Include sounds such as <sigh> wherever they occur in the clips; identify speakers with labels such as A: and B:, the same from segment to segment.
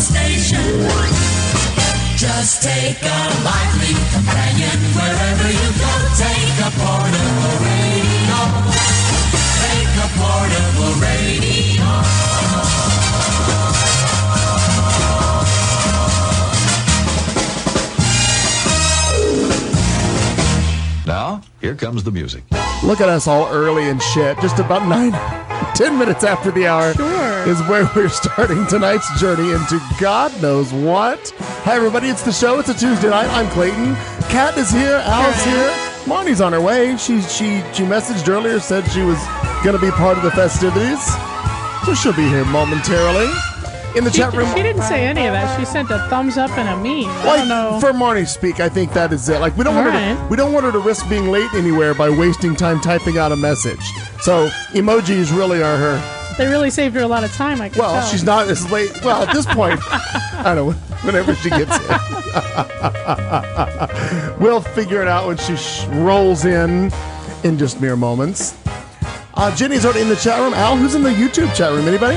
A: station. Just take a lively companion wherever you go. Take a portable radio. Take a portable radio.
B: Now, here comes the music.
C: Look at us all early and shit. Just about nine, <laughs> ten minutes after the hour
D: Sure.
C: is where we're starting tonight's journey into God knows what. Hi, everybody. It's the show. It's a Tuesday night. I'm Clayton. Kat is here. Al's
D: Here I
C: here. Marnie's on her way. She she she messaged earlier, said she was gonna be part of the festivities, so she'll be here momentarily. In the
D: She,
C: chat room,
D: she didn't say any of that. She sent a thumbs up and a meme. I
C: like
D: don't know.
C: for Marnie speak, I think that is it. Like we don't want her to,
D: Alright.
C: we don't want her to risk being late anywhere by wasting time typing out a message. So emojis really are her.
D: they really saved her a lot of time. I can
C: Well,
D: tell.
C: she's not as late. Well, at this point, I don't. know, Whenever she gets in, <laughs> we'll figure it out when she sh- rolls in in just mere moments. Uh, Jenny's already in the chat room. Al, who's in the YouTube chat room? Anybody?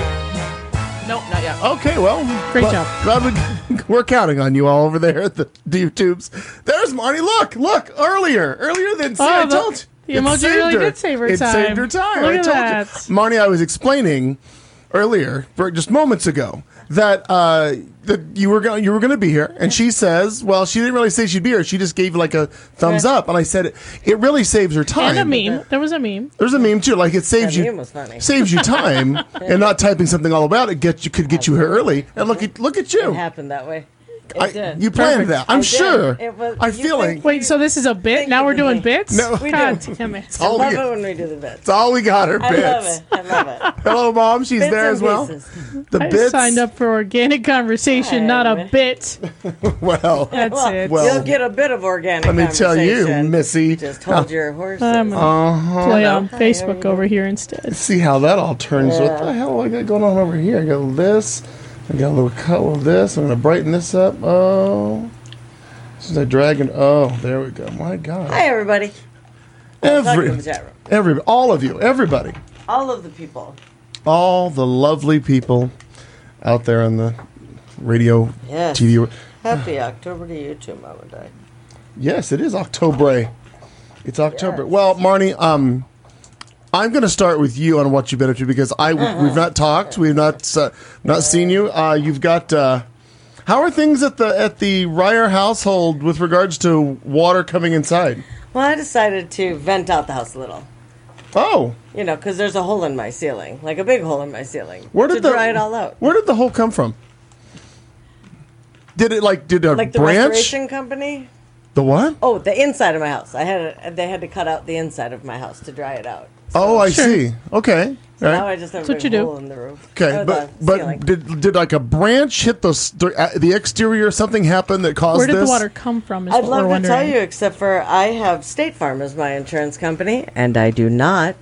E: Nope, not yet.
C: Okay, well,
D: Great
C: gl-
D: job.
C: Glad we, <laughs> we're counting on you all over there at the YouTubes. There's Marnie. Look, look, earlier, earlier than see,
D: Oh,
C: I
D: the-
C: told
D: the
C: you. It
D: emoji
C: saved
D: really
C: her.
D: did save her
C: It
D: time.
C: saved her time.
D: Look
C: I
D: at
C: told
D: that.
C: you, Marnie. I was explaining earlier, for just moments ago, that uh, that you were going you were going to be here, and she says, well, she didn't really say she'd be here. She just gave like a thumbs
D: Yeah.
C: up, and I said, it really saves her time.
D: and a meme. There was a meme.
C: There's a meme too. Like it saves
E: That
C: you
E: meme was
C: <laughs>
E: funny.
C: saves you
E: <laughs>
C: time and not typing something all about it. Get you could get you here early. And look at look at
E: It
C: you.
E: happened that way. It
C: I-
E: did.
C: you planned
D: Perfect.
C: that. I'm
E: I did.
C: sure.
E: It was-
C: I
E: you
C: feel like
E: think-
D: Wait, so this is a bit?
E: Thank
D: Now
E: you,
D: we're doing
E: Denise.
D: bits?
C: No.
E: We
D: God
E: do.
D: damn it.
E: I
C: all we
E: love it
C: got.
E: when we do the bits.
C: It's all we got her
E: I
C: <laughs>
E: love
C: bits.
E: it. I love
C: <laughs>
E: it.
C: Hello, mom. She's
E: Bits
C: there
E: and
C: as well.
E: pieces.
C: The
D: I
C: bits.
D: signed up for organic conversation, not a
E: Hey.
D: bit.
C: Well, <laughs>
D: That's
E: Well,
D: it.
C: Well,
E: you'll get a bit of organic.
C: let me tell you,
E: conversation.
C: Missy.
E: Just hold your horses.
D: I'm gonna
C: uh-huh.
D: play on
E: Hi,
D: Facebook
E: everybody.
D: over here instead.
C: See how that all turns. What the hell I got going on over here? I got this. I got a little color of this. I'm gonna brighten this up. Oh. Since I drag it. Oh, there we go. My God.
E: Hi, everybody. Talk to
C: Every,
E: the chat room.
C: every, all of you, everybody.
E: All of the people.
C: all the lovely people out there on the radio,
E: Yes.
C: TV.
E: Happy October to you too, Mama Day.
C: Yes, it is October. It's October.
E: Yes.
C: Well, Marnie, um, I'm going to start with you on what you've been up to because I
E: Uh-huh.
C: we've not talked, we've not uh, not seen you. Uh, you've got. Uh, how are things at the at the Ryer household with regards to water coming inside?
E: Well, I decided to vent out the house a little.
C: Oh,
E: You know, because there's a hole in my ceiling, like a big hole in my ceiling.
C: where did
E: to
C: the
E: dry it all out?
C: Where did the hole come from? Did it like did a
E: Like the
C: branch?
E: restoration company?
C: The what?
E: Oh, the inside of my house. I had a, they had to cut out the inside of my house to dry it out.
C: Oh, I
D: Sure.
C: see. Okay.
E: So
C: All right.
E: Now I just have
D: That's
E: a
D: what
E: big
D: you do.
E: hole in the roof.
C: okay,
E: or
C: but
E: Oh, the ceiling.
C: but did did like a branch hit the st- uh, the exterior? Something happened that caused
D: Where did
C: this?
D: the water come from? Is
E: I'd
D: what we're
E: love to
D: wondering.
E: tell you, except for I have State Farm as my insurance company, and I do not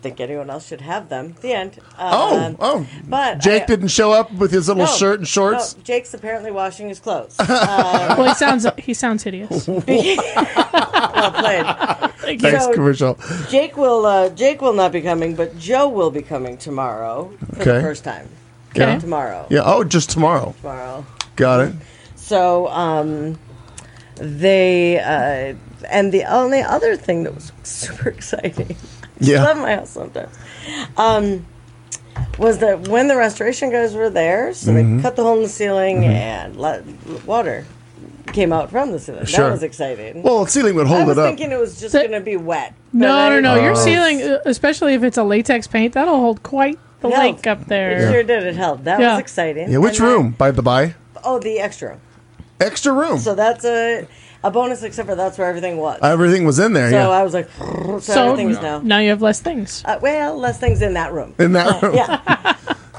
E: think anyone else should have them. The end.
C: Oh,
E: Um,
C: oh!
E: but
C: Jake
E: I-
C: didn't show up with his little
E: no,
C: shirt and shorts.
E: no, Jake's apparently washing his clothes.
D: <laughs>
E: Uh,
D: Well, he sounds he sounds
C: <laughs>
D: hideous.
E: well played.
D: Thank you.
C: Thanks,
E: no.
C: commercial.
E: Jake will uh, Jake will not be coming, but Joe will be coming tomorrow for
C: Okay.
E: the first time.
D: Okay.
E: Tomorrow.
C: Yeah. Oh, just tomorrow.
E: Tomorrow.
C: Got it.
E: So um, they uh, and the only other thing that was <laughs> super exciting. I love
C: Yeah.
E: my house sometimes. Um, was that when the restoration guys were there? So
C: Mm-hmm.
E: they cut the hole in the ceiling and let, water came out from the ceiling.
C: Sure.
E: That was exciting.
C: Well, ceiling would
E: I
C: hold
E: was
C: it up.
E: thinking it was just
D: That-
E: going to be wet. but
D: No,
E: I
D: no,
E: didn't-
D: no.
C: Oh.
D: Your ceiling, uh, especially if it's a latex paint, that'll hold quite the
E: No.
D: lake up
E: It
D: there.
E: sure did. It helped. That
D: Yeah.
E: was exciting.
C: yeah. Which
E: And then-
C: room, by the by?
E: oh, the extra.
C: Extra room.
E: So that's a a bonus, except for that's where everything was.
C: Everything was in there.
E: so
C: yeah.
E: I was like, <laughs> so, everything's now.
D: now you have less things.
E: Uh, well, less things in that room.
C: <laughs> in that room.
E: <laughs> yeah.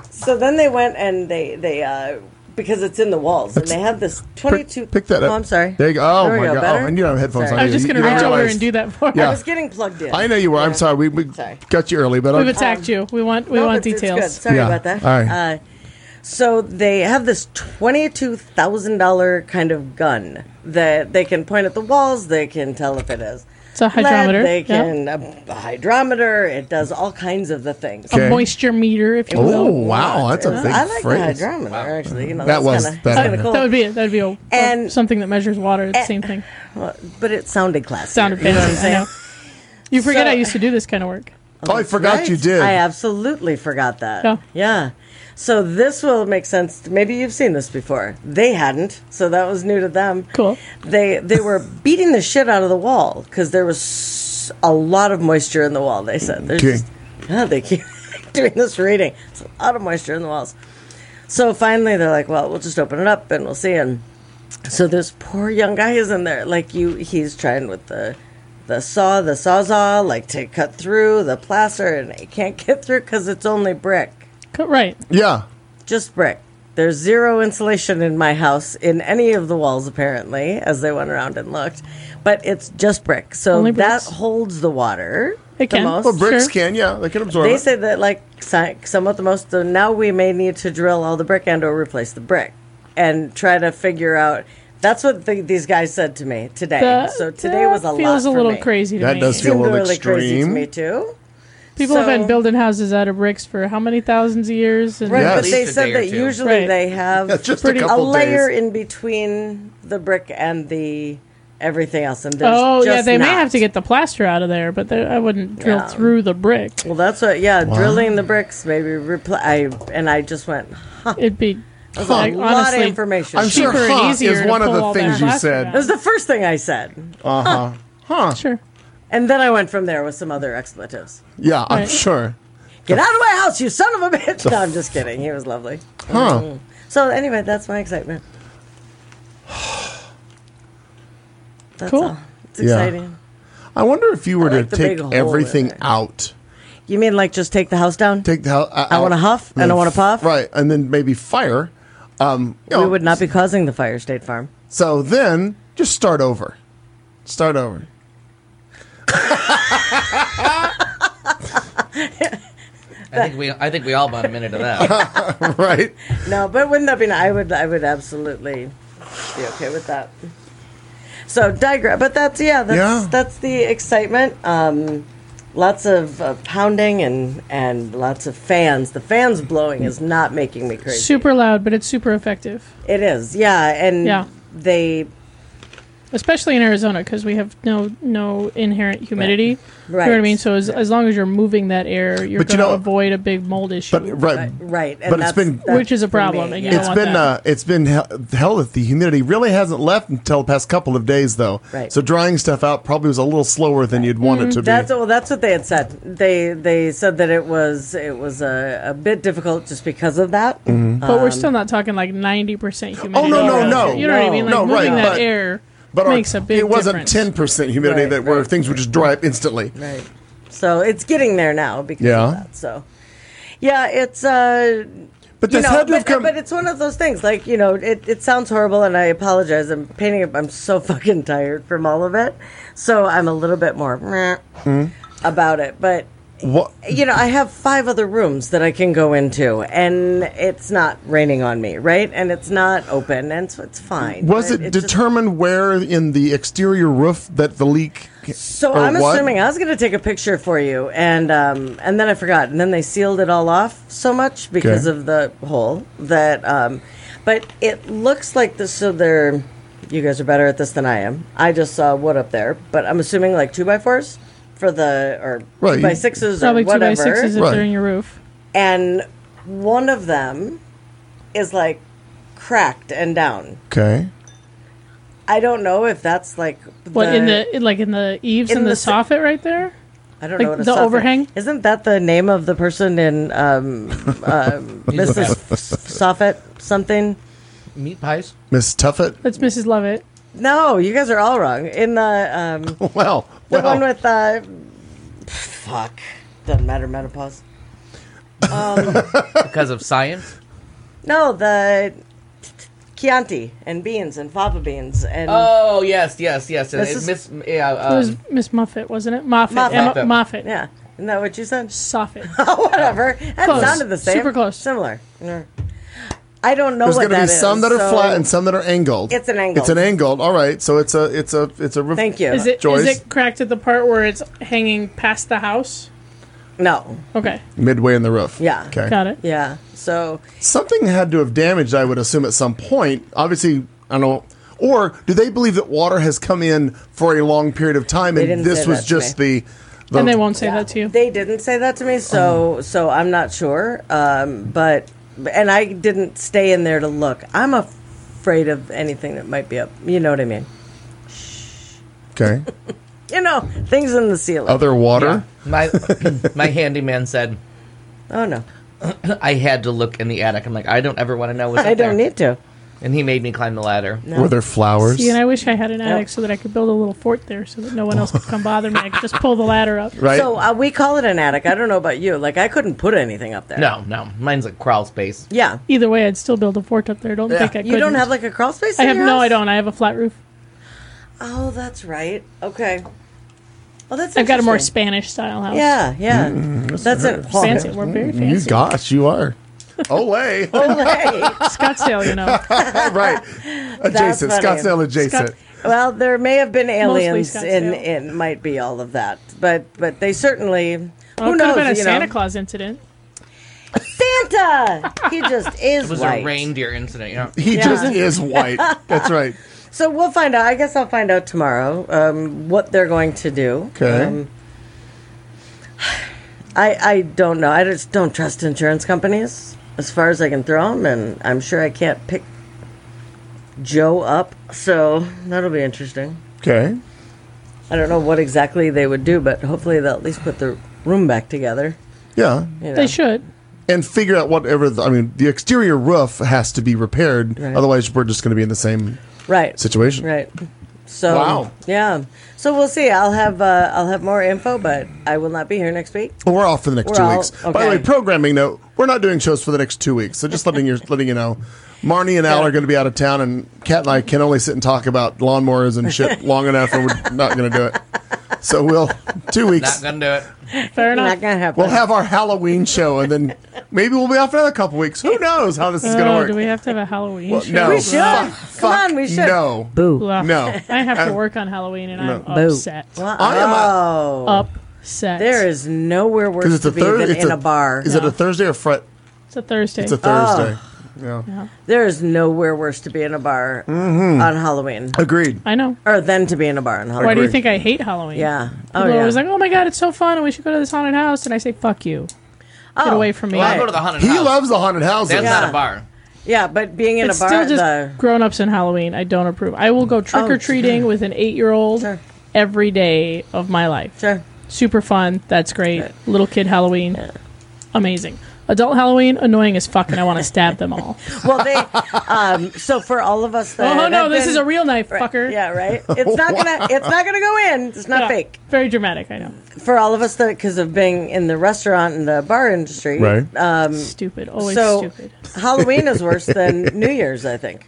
E: so then they went and they they uh, because it's in the walls and they have this
C: Pick,
E: 22.
C: pick that up.
E: Oh, I'm sorry.
C: There you go. Oh
E: There we
C: my
E: go.
C: god.
E: Better?
C: Oh, and you don't have headphones on.
E: Sorry. I
D: I
E: you-
D: was just
C: You-
D: going to
C: you
D: reach over
C: realize-
D: and do that for
C: Yeah.
E: I
D: us.
E: was getting plugged in.
C: I know you were. I'm
E: Yeah.
C: sorry. We, we
E: Sorry.
C: got you early, but
D: We've
C: I'm,
D: attacked you. We want we
E: No,
D: want
E: it's- it's good.
D: details.
E: Sorry
C: Yeah.
E: about that.
C: All right.
E: Uh, so they have this twenty-two thousand dollar kind of gun that they can point at the walls. They can tell if it is
D: It's a hydrometer.
E: Lead, they
D: yeah.
E: can a, hydrometer. It does all kinds of the things.
C: Okay.
D: A moisture meter, if you
C: Oh
D: will.
C: wow, that's a big
E: I like
C: phrase.
E: the hydrometer actually. You know,
C: That
E: that's
C: was-
E: kinda,
C: that-
E: that's kinda cool.
D: That would be it. That would be a,
E: And- Eh,
D: something that measures water. It's the same thing.
E: Well, but it sounded classy.
D: Sounded
E: You know what I'm
D: fancy. I
E: saying?
D: know. You forget
E: So-
D: I used to do this kind of work.
C: Oh, I forgot
E: Right?
C: you did.
E: I absolutely forgot that.
D: Yeah.
E: Yeah. So this will make sense. Maybe you've seen this before. They hadn't, so that was new to them.
D: Cool.
E: They they were beating the shit out of the wall because there was a lot of moisture in the wall. They said, "There's
C: Okay.
E: just- "Oh, they keep <laughs> doing this reading. It's a lot of moisture in the walls." So finally, they're like, "Well, we'll just open it up and we'll see." And so this poor young guy is in there, like you. He's trying with the the saw, the sawzall, like to cut through the plaster, and he can't <laughs> get through because it's only brick,
D: Co- Right.
C: yeah.
E: just brick. There's zero insulation in my house in any of the walls, apparently, as they went around and looked. But it's just brick, so
D: Only
E: that
D: bricks.
E: holds the water
D: It
E: the
D: can.
E: most.
C: Well, bricks
D: Sure.
C: can, yeah, they can absorb
E: They
C: it.
E: say that like si- somewhat the most. So now we may need to drill all the brick and or replace the brick and try to figure out. That's what the, these guys said to me today.
D: That-
E: so today was a
D: that
E: lot.
D: feels a
E: for
D: little
E: me.
D: crazy to
C: That
D: me.
C: does feel-
E: Seemed
C: a little
E: really crazy to
C: extreme.
E: me too.
D: People have
E: so-
D: been building houses out of bricks for how many thousands of years? And
E: Right,
C: Yes.
E: but they
F: At least a
E: said
F: day or
E: that
F: two.
E: usually
D: Right.
E: they have
C: Yeah, just a
E: pretty-
C: couple
E: layer
C: days.
E: in between the brick and the everything else, and there's
D: Oh yeah,
E: just
D: they may
E: not.
D: have to get the plaster out of there, but they- I wouldn't drill
E: Yeah.
D: through the brick.
E: Well, that's what. Yeah, drilling the bricks, maybe repl- I And I just went. Huh,
D: It'd be
E: a
D: like,
E: lot of
D: honestly,
E: information.
C: I'm sure
D: cheaper and
C: huh
D: easier
C: is
D: to
C: one of
D: pull
C: the
D: all
C: things
D: that
C: you
D: plastic
C: said.
E: That
D: out.
E: was the first thing I said,
C: Huh?
D: Sure.
E: and then I went from there with some other expletives.
C: Yeah, I'm
D: Right.
C: sure.
E: Get out of my house, you son of a bitch! No, I'm just kidding. He was lovely.
C: Huh?
E: So anyway, that's my excitement. <sighs> That's
D: Cool.
E: all. It's
C: Yeah.
E: exciting.
C: I wonder if you were
E: like
C: to
E: the
C: take
E: big hole in
C: everything
E: there.
C: out,
E: You mean like just take the house down?
C: take the hell. uh,
E: I wanna huff and I wanna puff.
C: Right, and then maybe fire. Um, you
E: we
C: know,
E: would not be causing the fire, State Farm.
C: So then, just start over. Start
E: <laughs>
C: over.
F: I think we I think we all bought a minute of <laughs> that.
C: right.
E: No, but wouldn't that be? Nice? I would. I would absolutely be okay with that. So digress, but that's yeah. That's
C: Yeah.
E: that's the excitement. Um, lots of uh, pounding and and lots of fans. The fans blowing is not making me crazy.
D: Super loud, but it's super effective,
E: It is, yeah, and
D: Yeah.
E: they
D: especially in Arizona because we have no no inherent humidity. You know what I
E: Right.
D: mean? So as, as long as you're moving that air, you're
C: But you
D: going
C: know-
D: to avoid a big mold issue.
C: But right.
E: right. And
C: But it's
E: that's,
C: been-
E: that's
D: Which is a
E: for
D: problem, and you
E: yeah.
C: It's
D: don't want
C: been
D: that.
C: uh, it's been hell, hell that the humidity really hasn't left until the past couple of days though.
E: Right. Mm,
C: So drying stuff out probably was a little slower than you'd want it to be.
E: That's well. That's what they had said. They they said that it was it was a, a bit difficult just because of that.
C: Mm-hmm.
D: but we're still not talking like 90% humidity.
C: um, Oh, no, no,
D: or-
C: no.
D: You know what I mean? Like
C: No, right,
D: moving that
C: but-
D: air
C: but our-
D: makes a big
C: it wasn't
D: difference.
C: ten percent humidity
E: Right,
C: that where
E: right.
C: things would just dry up instantly.
E: Right. So it's getting there now because
C: Yeah.
E: of that. So yeah, it's uh
C: But
E: you
C: this
E: know,
C: had to
E: but, uh,
C: have come.
E: but it's one of those things. Like you know, it, it sounds horrible, and I apologize. I'm painting. up. I'm so <laughs> fucking tired from all of it, so I'm a little bit more meh
C: Hmm?
E: about it. But
C: Wha-
E: you know, I have five other rooms that I can go into, and it's not raining on me, right? And it's not open, and so it's fine.
C: was
E: But
C: it
E: just-
C: determined where in the exterior roof that the leak?
E: So
C: or
E: I'm
C: what?
E: assuming I was going to take a picture for you, and um, and then I forgot, and then they sealed it all off so much because
C: Okay.
E: of the hole that. Um, but it looks like this. So they're, you guys are better at this than I am. I just saw wood up there, but I'm assuming like two by fours for the or
C: Right,
E: two by
C: you-
E: sixes
D: Probably
E: or whatever.
D: 2 by 6s if
C: Right.
D: they're in your roof.
E: And one of them is like cracked and down.
C: Okay.
E: I don't know if that's like
D: What in the in, like in the eaves
E: in
D: and the,
E: the s-
D: soffit right there?
E: I don't
D: Like
E: know what a
D: the
E: soffit-
D: overhang?
E: Isn't that the name of the person in um, uh, Mrs. Soffit something?
F: Meat pies.
C: Miss Tuffet.
D: That's Mrs. Lovett.
E: No, you guys are all wrong. In the um, the
C: <laughs> Well, well.
E: one with uh, fuck doesn't matter menopause.
F: Because of science.
E: No, the Chianti and beans and fava beans and
F: Oh yes, yes, yes. And
E: This
F: it
E: is-
F: miss, yeah,
D: It
F: uh,
D: was Miss Muffet, wasn't it? Moffat.
E: Moffat.
D: Emma, Moffat.
E: Um, yeah. Isn't that what you said? <laughs>
D: Soffit.
E: Whatever. That
D: Close.
E: sounded the same.
D: Super close.
E: Similar. Yeah. I don't know
C: There's
E: what
C: going to be
E: that is,
C: some that are
E: so-
C: flat and some that are angled.
E: It's an angled.
C: It's an angled. All right, so it's a it's a it's a. Ref-
E: Thank you.
D: Is it is
C: Joyce?
D: it cracked at the part where it's hanging past the house?
E: No.
D: Okay,
C: midway in the roof.
E: Yeah.
C: Okay.
D: got it.
E: Yeah. So
C: Something had to have damaged, I would assume, at some point. Obviously, I don't know. Or do they believe that water has come in for a long period of time
E: They
C: and
E: didn't
C: this
E: say
C: was
E: that to
C: just the, the.
D: And they won't say that to you.
E: They didn't say that to me,
D: Oh.
E: so so I'm not sure. Um, but and I didn't stay in there to look. I'm afraid of anything that might be up. You know what I mean?
C: Okay.
E: You know things in the ceiling.
C: Other water?
F: My <coughs> my handyman said
E: oh no,
F: I had to look in the attic. I'm like, I don't ever want to know what's
E: I
F: up
E: don't
F: there.
E: need to.
F: And he made me climb the ladder.
C: Were there flowers?
D: See, and I wish I had an attic
E: Yep.
D: so that I could build a little fort there, so that no one else could come bother me. I could just pull the ladder up.
C: right?
E: So uh, we call it an attic. I don't know about you. Like I couldn't put anything up there.
F: No, no, mine's a crawl space.
E: Yeah.
D: Either way, I'd still build a fort up there. Don't
F: Yeah.
D: think I could.
E: You don't have like a crawl space.
D: I
E: in
D: have
E: your
D: no. I
E: house?
D: don't. I have a flat roof.
E: Oh, that's right. Okay. Well, that's.
D: I've got a more
E: interesting.
D: Spanish style house.
E: Yeah, yeah. that's it.
D: fancy. <laughs>
E: <laughs>
D: We're very
C: you
D: fancy.
C: gosh, you are. <laughs> Oh, way.
D: Scottsdale,
C: <laughs>
D: you know.
C: right. Uh, Adjacent.
E: funny.
C: Scottsdale adjacent.
D: Scott-
E: Well, there may have been aliens in
D: Scottsdale.
E: it might be all of that. But but they certainly who
D: Well, it could
E: knows,
D: have been a
E: you
D: Santa
E: know.
D: Claus incident.
E: Santa. He just is
F: <laughs> It was
E: white.
F: a reindeer incident. Yeah.
C: he just is
E: <laughs>
C: white. That's right.
E: So we'll find out. I guess I'll find out tomorrow um, what they're going to do.
C: Okay.
E: Um, I I don't know. I just don't trust insurance companies as far as I can throw them, and I'm sure I can't pick Joe up. So that'll be interesting.
C: Okay.
E: I don't know what exactly they would do, but hopefully they'll at least put the room back together.
C: Yeah.
E: you know.
D: They should.
C: And figure out whatever. The, I mean, the exterior roof has to be repaired.
E: Right.
C: Otherwise, we're just going to be in the same
E: Right.
C: situation.
E: Right. So
C: Wow.
E: Yeah. So we'll see. I'll have uh, I'll have more info, but I will not be here next week.
C: Well, we're off for the next
E: We're
C: two
E: all-
C: weeks. By the
E: okay.
C: way, programming note: we're not doing shows for the next two weeks. So just letting you letting you know, Marnie and Al
E: Yeah.
C: are going to be out of town, and Kat and I can only sit and talk about lawnmowers and
E: <laughs>
C: shit long enough, and we're not going to do it. So we'll two
F: Not
C: weeks.
F: gonna do it.
D: Fair
E: Not
D: enough.
E: gonna happen.
C: We'll have our Halloween show, and then maybe we'll be off for another couple weeks. Who knows how this is going to
D: Oh,
C: work?
D: do we have to have a Halloween?
C: Well,
D: show?
C: no,
E: We should.
C: Fuck,
E: Come
C: fuck
E: on, we should.
C: No,
E: Boo.
D: Ugh.
C: no. Uh,
D: I have to work on Halloween, and I'm
E: Boo.
D: upset.
C: I am a-
E: oh,
D: Upset.
E: there is nowhere worse
C: Is it
E: to
C: a
E: be
C: Thursday?
E: than in a, bar.
C: Is it a Thursday or Friday?
D: It's a Thursday.
C: It's
E: Oh.
C: a Thursday. Yeah.
E: there is nowhere worse to be in a bar
D: Mm-hmm.
E: on Halloween,
C: Agreed.
D: I know.
E: or than to be in a bar on Halloween.
D: Why do you
C: Agreed.
D: think I hate Halloween?
E: Yeah. Oh
D: People are
E: yeah.
D: always like, "Oh my god, it's so fun, and we should go to this haunted house." And I say, "Fuck you."
E: oh,
D: away from me.
F: Well,
D: Right.
F: I'll go to the haunted
C: He
F: house.
C: loves the haunted houses.
F: That's
E: Yeah.
F: not a bar.
E: Yeah, but being in
D: it's
E: a bar,
D: still just
E: the,
D: grown-ups and Halloween. I don't approve. I will go trick or treating with an eight-year-old
E: Sure.
D: every day of my life.
E: sure.
D: Super fun. That's great. Little kid Halloween, amazing. Adult Halloween, annoying as fuck, and I want
E: <laughs>
D: to stab them all. <laughs>
E: Well, they. um, so for all of us, that
D: oh no,
E: have
D: this
E: been-
D: is a real knife,
E: Right.
D: fucker.
E: Yeah, right. It's
D: <laughs>
E: not gonna. It's not gonna go in. It's not
D: Yeah.
E: fake
D: Very dramatic. I know.
E: for all of us that because of being in the restaurant and the bar industry.
C: Right.
E: Um,
D: Stupid. Always
E: so
D: stupid.
E: Halloween is
D: <laughs>
E: worse than New Year's, I think.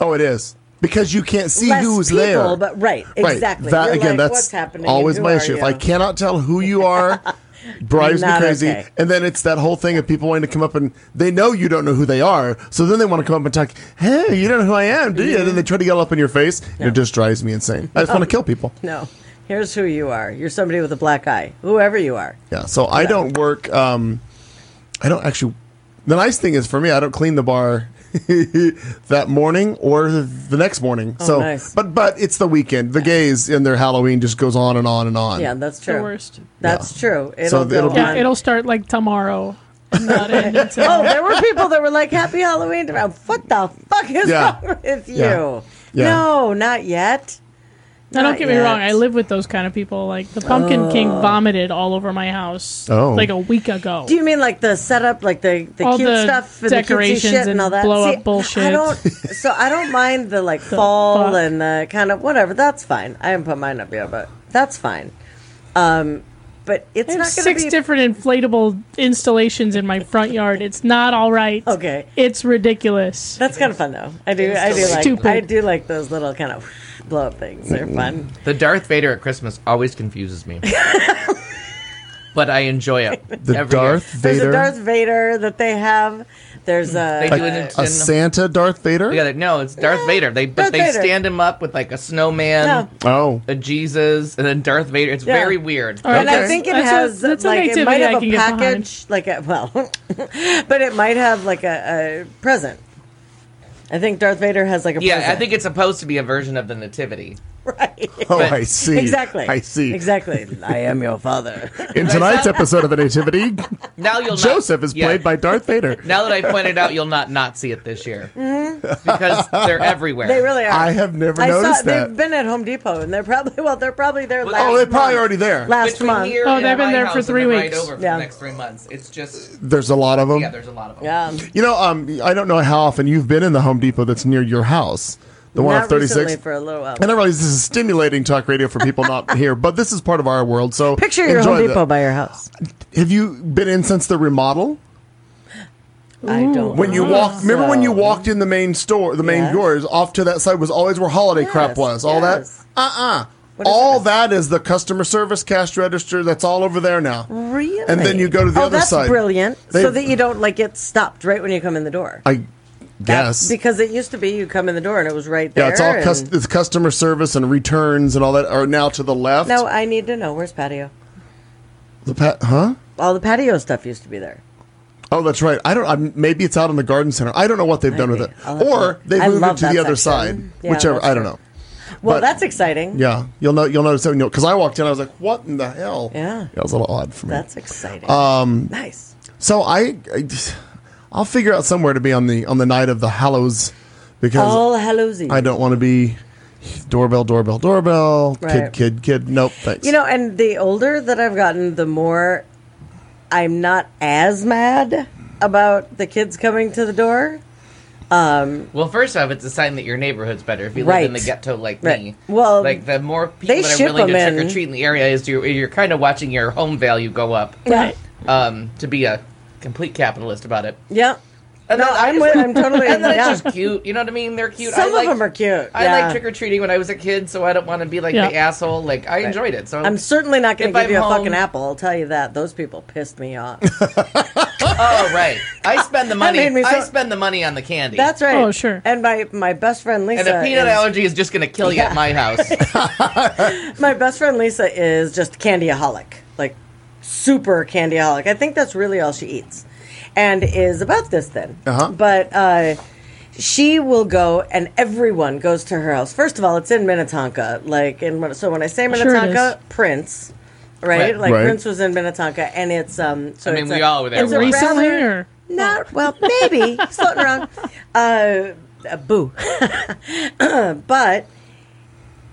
C: Oh, it is because you can't see
E: Less
C: who's
E: people,
C: there.
E: but right,
C: Right.
E: exactly.
C: That
E: You're
C: again.
E: like,
C: that's
E: what's happening.
C: always
E: Who
C: my
E: are
C: issue. If
E: you?
C: I cannot tell who you
E: <laughs>
C: are, drives me
E: Not
C: crazy.
E: okay.
C: And then it's that whole thing of people wanting to come up and they know you don't know who they are, so then they want to come up and talk. Hey, you don't know who I am, do you? And then they try to yell up in your face. And it just drives me insane. I just
E: Oh.
C: want to kill people.
E: No, here's who you are. You're somebody with a black eye. Whoever you are.
C: Yeah. So I don't work. Um, I don't actually. The nice thing is for me, I don't clean the bar <laughs> that morning or the, the next morning. so,
E: Oh, nice.
C: but but it's the weekend. The gays in their Halloween just goes on and on and on.
E: Yeah, that's
D: The
E: true.
D: worst.
E: That's true. It'll,
C: So
E: go
C: it'll be-
D: Yeah,
E: on.
D: it'll start like tomorrow. Not end until
E: <laughs> Oh,
D: <laughs>
E: there were people that were like, "Happy Halloween!" tomorrow." What the fuck is
C: Yeah.
E: wrong with you?
C: Yeah. Yeah.
E: No, not yet.
D: Now,
E: Not
D: don't get me
E: yet. Oh.
D: wrong. I live with those kind of people. Like the Pumpkin King vomited all over my house
C: Oh.
D: like a week ago.
E: Do you mean like the setup, like the, the
D: All
E: cute
D: the
E: stuff, and
D: decorations
E: the cutesy shit and
D: and
E: all that?
D: blow-up
E: See,
D: bullshit.
E: I don't. So I don't mind the like fall
D: fuck?
E: and the kind of whatever. That's fine. I haven't put mine up yet, but that's fine. Um, but it's
D: I have
E: not going
D: six
E: to be.
D: different inflatable installations in my front yard. It's not all right.
E: Okay.
D: It's ridiculous.
E: that's kind of fun though. I do. I do like.
D: Stupid.
E: I do like those little kind of blow up things. They're fun.
F: <laughs> The Darth Vader at Christmas always confuses me. but I enjoy it.
C: The
F: every
C: Darth
F: Year.
E: There's
C: Vader,
E: a Darth Vader that they have. There's
F: They
E: a
F: do it in,
C: a
F: in-
C: Santa Darth Vader.
F: yeah, they- no, it's Darth Vader. They but
E: Darth
F: they
E: Vader.
F: stand him up with like a snowman,
E: No.
C: Oh,
F: a Jesus, and then Darth Vader. It's
E: Yeah.
F: very weird.
D: right.
E: And I
D: Okay.
E: think it
D: That's a-
E: has
D: that's an
E: like it might
D: activity I can get behind.
E: have a package, like a well, <laughs> but it might have like a, a present. I think Darth Vader has like a
F: Yeah, I
E: present.
F: think it's supposed to be a version of the Nativity.
C: oh, I see.
E: exactly.
C: I see.
E: exactly. I am your father. <laughs>
C: In tonight's episode of
F: <laughs>
C: the Nativity,
F: Now you'll
C: Joseph
F: not,
C: is
F: yeah.
C: played by
F: <laughs>
C: Darth Vader.
F: Now that I pointed out, you'll not not see it this year because
C: <laughs>
F: they're everywhere.
E: Mm-hmm. They really are.
C: I have never
E: I
C: noticed that.
E: They've been at Home Depot, and they're probably well, they're probably there.
F: Oh,
E: last
C: oh, they're probably
E: month.
C: already there.
E: last
F: Between
E: month.
F: here
D: Oh,
F: and
D: they've been
F: my
D: there for
F: house and
D: three
F: then right
D: weeks.
F: over for
E: Yeah.
F: the next three months. It's just
C: There's a lot of them.
F: yeah, there's a lot of them.
E: Yeah,
C: You know, um, I don't know how often you've been in the Home Depot that's near your house, the one on
E: not
C: 36.
E: recently for a little while.
C: And I realize this is stimulating talk radio for people
E: <laughs>
C: not here, but this is part of our world. So
E: Picture your
C: enjoy
E: Home
C: the-
E: Depot by your house.
C: Have you been in since the remodel?
E: I don't.
C: When you
E: know.
C: walk, remember when you
E: Mm-hmm. So-
C: walked in the main store, the main
E: Yes.
C: doors off to that side was always where holiday crap
E: Yes,
C: was. All
E: yes.
C: that, uh, uh
E: is
C: all
E: this?
C: that is the customer service cash register. That's all over there now.
E: Really?
C: And then you go to the
E: oh,
C: other
E: that's
C: side.
E: brilliant.
C: They-
E: so that you don't like get stopped right when you come in the door.
C: I guess.
E: Because it used to be you come in the door and it was right there.
C: yeah, it's all
E: and-
C: cus- it's customer service and returns and all that are now to the left.
E: No, uh I need to know where's patio.
C: the pet, huh?
E: All the patio stuff used to be there.
C: Oh, that's right. I don't. I'm, maybe it's out in the garden center. I don't know what they've done with
E: Maybe.
C: it,
E: I'll have
C: or
E: to-
C: they've
E: I
C: moved it
E: love
C: to the
E: that
C: other side.
E: section. Yeah,
C: whichever.
E: that's
C: I don't
E: true.
C: know.
E: Well,
C: But-
E: that's exciting.
C: Yeah, you'll know. You'll notice that because I walked in, I was like, "What in the hell?"
E: Yeah.
C: it was a little odd for me.
E: That's exciting. Um, nice.
C: so I, I, will figure out somewhere to be on the on the night of the Hallows, because
E: All Hallows Eve.
C: I don't want to be doorbell, doorbell, doorbell, kid,
E: Right.
C: kid, kid. Nope, thanks.
E: You know, and the older that I've gotten, the more I'm not as mad about the kids coming to the door.
F: Well, first off, it's a sign that your neighborhood's better if you live in the
E: Right.
F: ghetto like
E: Right.
F: me.
E: Well,
F: like the more people
E: they
F: that are
E: ship
F: willing to
E: 'em in.
F: trick or treat in the area is you're, you're kind of watching your home value go up.
D: Right.
F: Um, to be a complete capitalist about it.
E: Yeah.
F: And
E: No,
F: then I
E: I'm,
F: just- <laughs>
E: with- I'm totally.
F: And then
E: yeah.
F: it's just cute. You know what I mean? They're cute. I
E: Some
F: like,
E: of them are cute.
F: I
E: yeah.
F: like trick or treating when I was a kid, so I don't want to be like
D: Yeah.
F: the asshole. Like I enjoyed it. So
E: I'm certainly not going
F: If
E: to give
F: I'm
E: you a
F: home-
E: fucking apple. I'll tell you that. Those people pissed me
F: <laughs>
E: off.
F: <laughs> Oh right.
E: <laughs>
F: I spend the money.
E: made me so-
F: I spend the money on the candy.
E: That's right.
D: Oh, sure.
E: And my my best
F: and
E: friend Lisa.
F: a peanut
E: is-
F: allergy is just gonna kill you at my
E: <laughs>
F: house.
E: My best friend Lisa is just candyaholic, like super candyaholic. I think that's really all she eats, and is about this thin.
C: Uh-huh.
E: But uh, she will go, and everyone goes to her house. First of all, it's in Minnetonka, like, and when, so when I say
D: Sure it
E: Minnetonka, Prince. Right?
F: Right.
E: like
C: Right.
E: Prince was in Minnetonka, and it's um. So
F: I mean,
E: it's
F: we
E: a-
F: all were there
E: it's a
F: once.
D: Recently,
E: rather-
D: or
E: not well,
D: <laughs>
E: maybe floating around. Uh, uh, boo, <laughs> but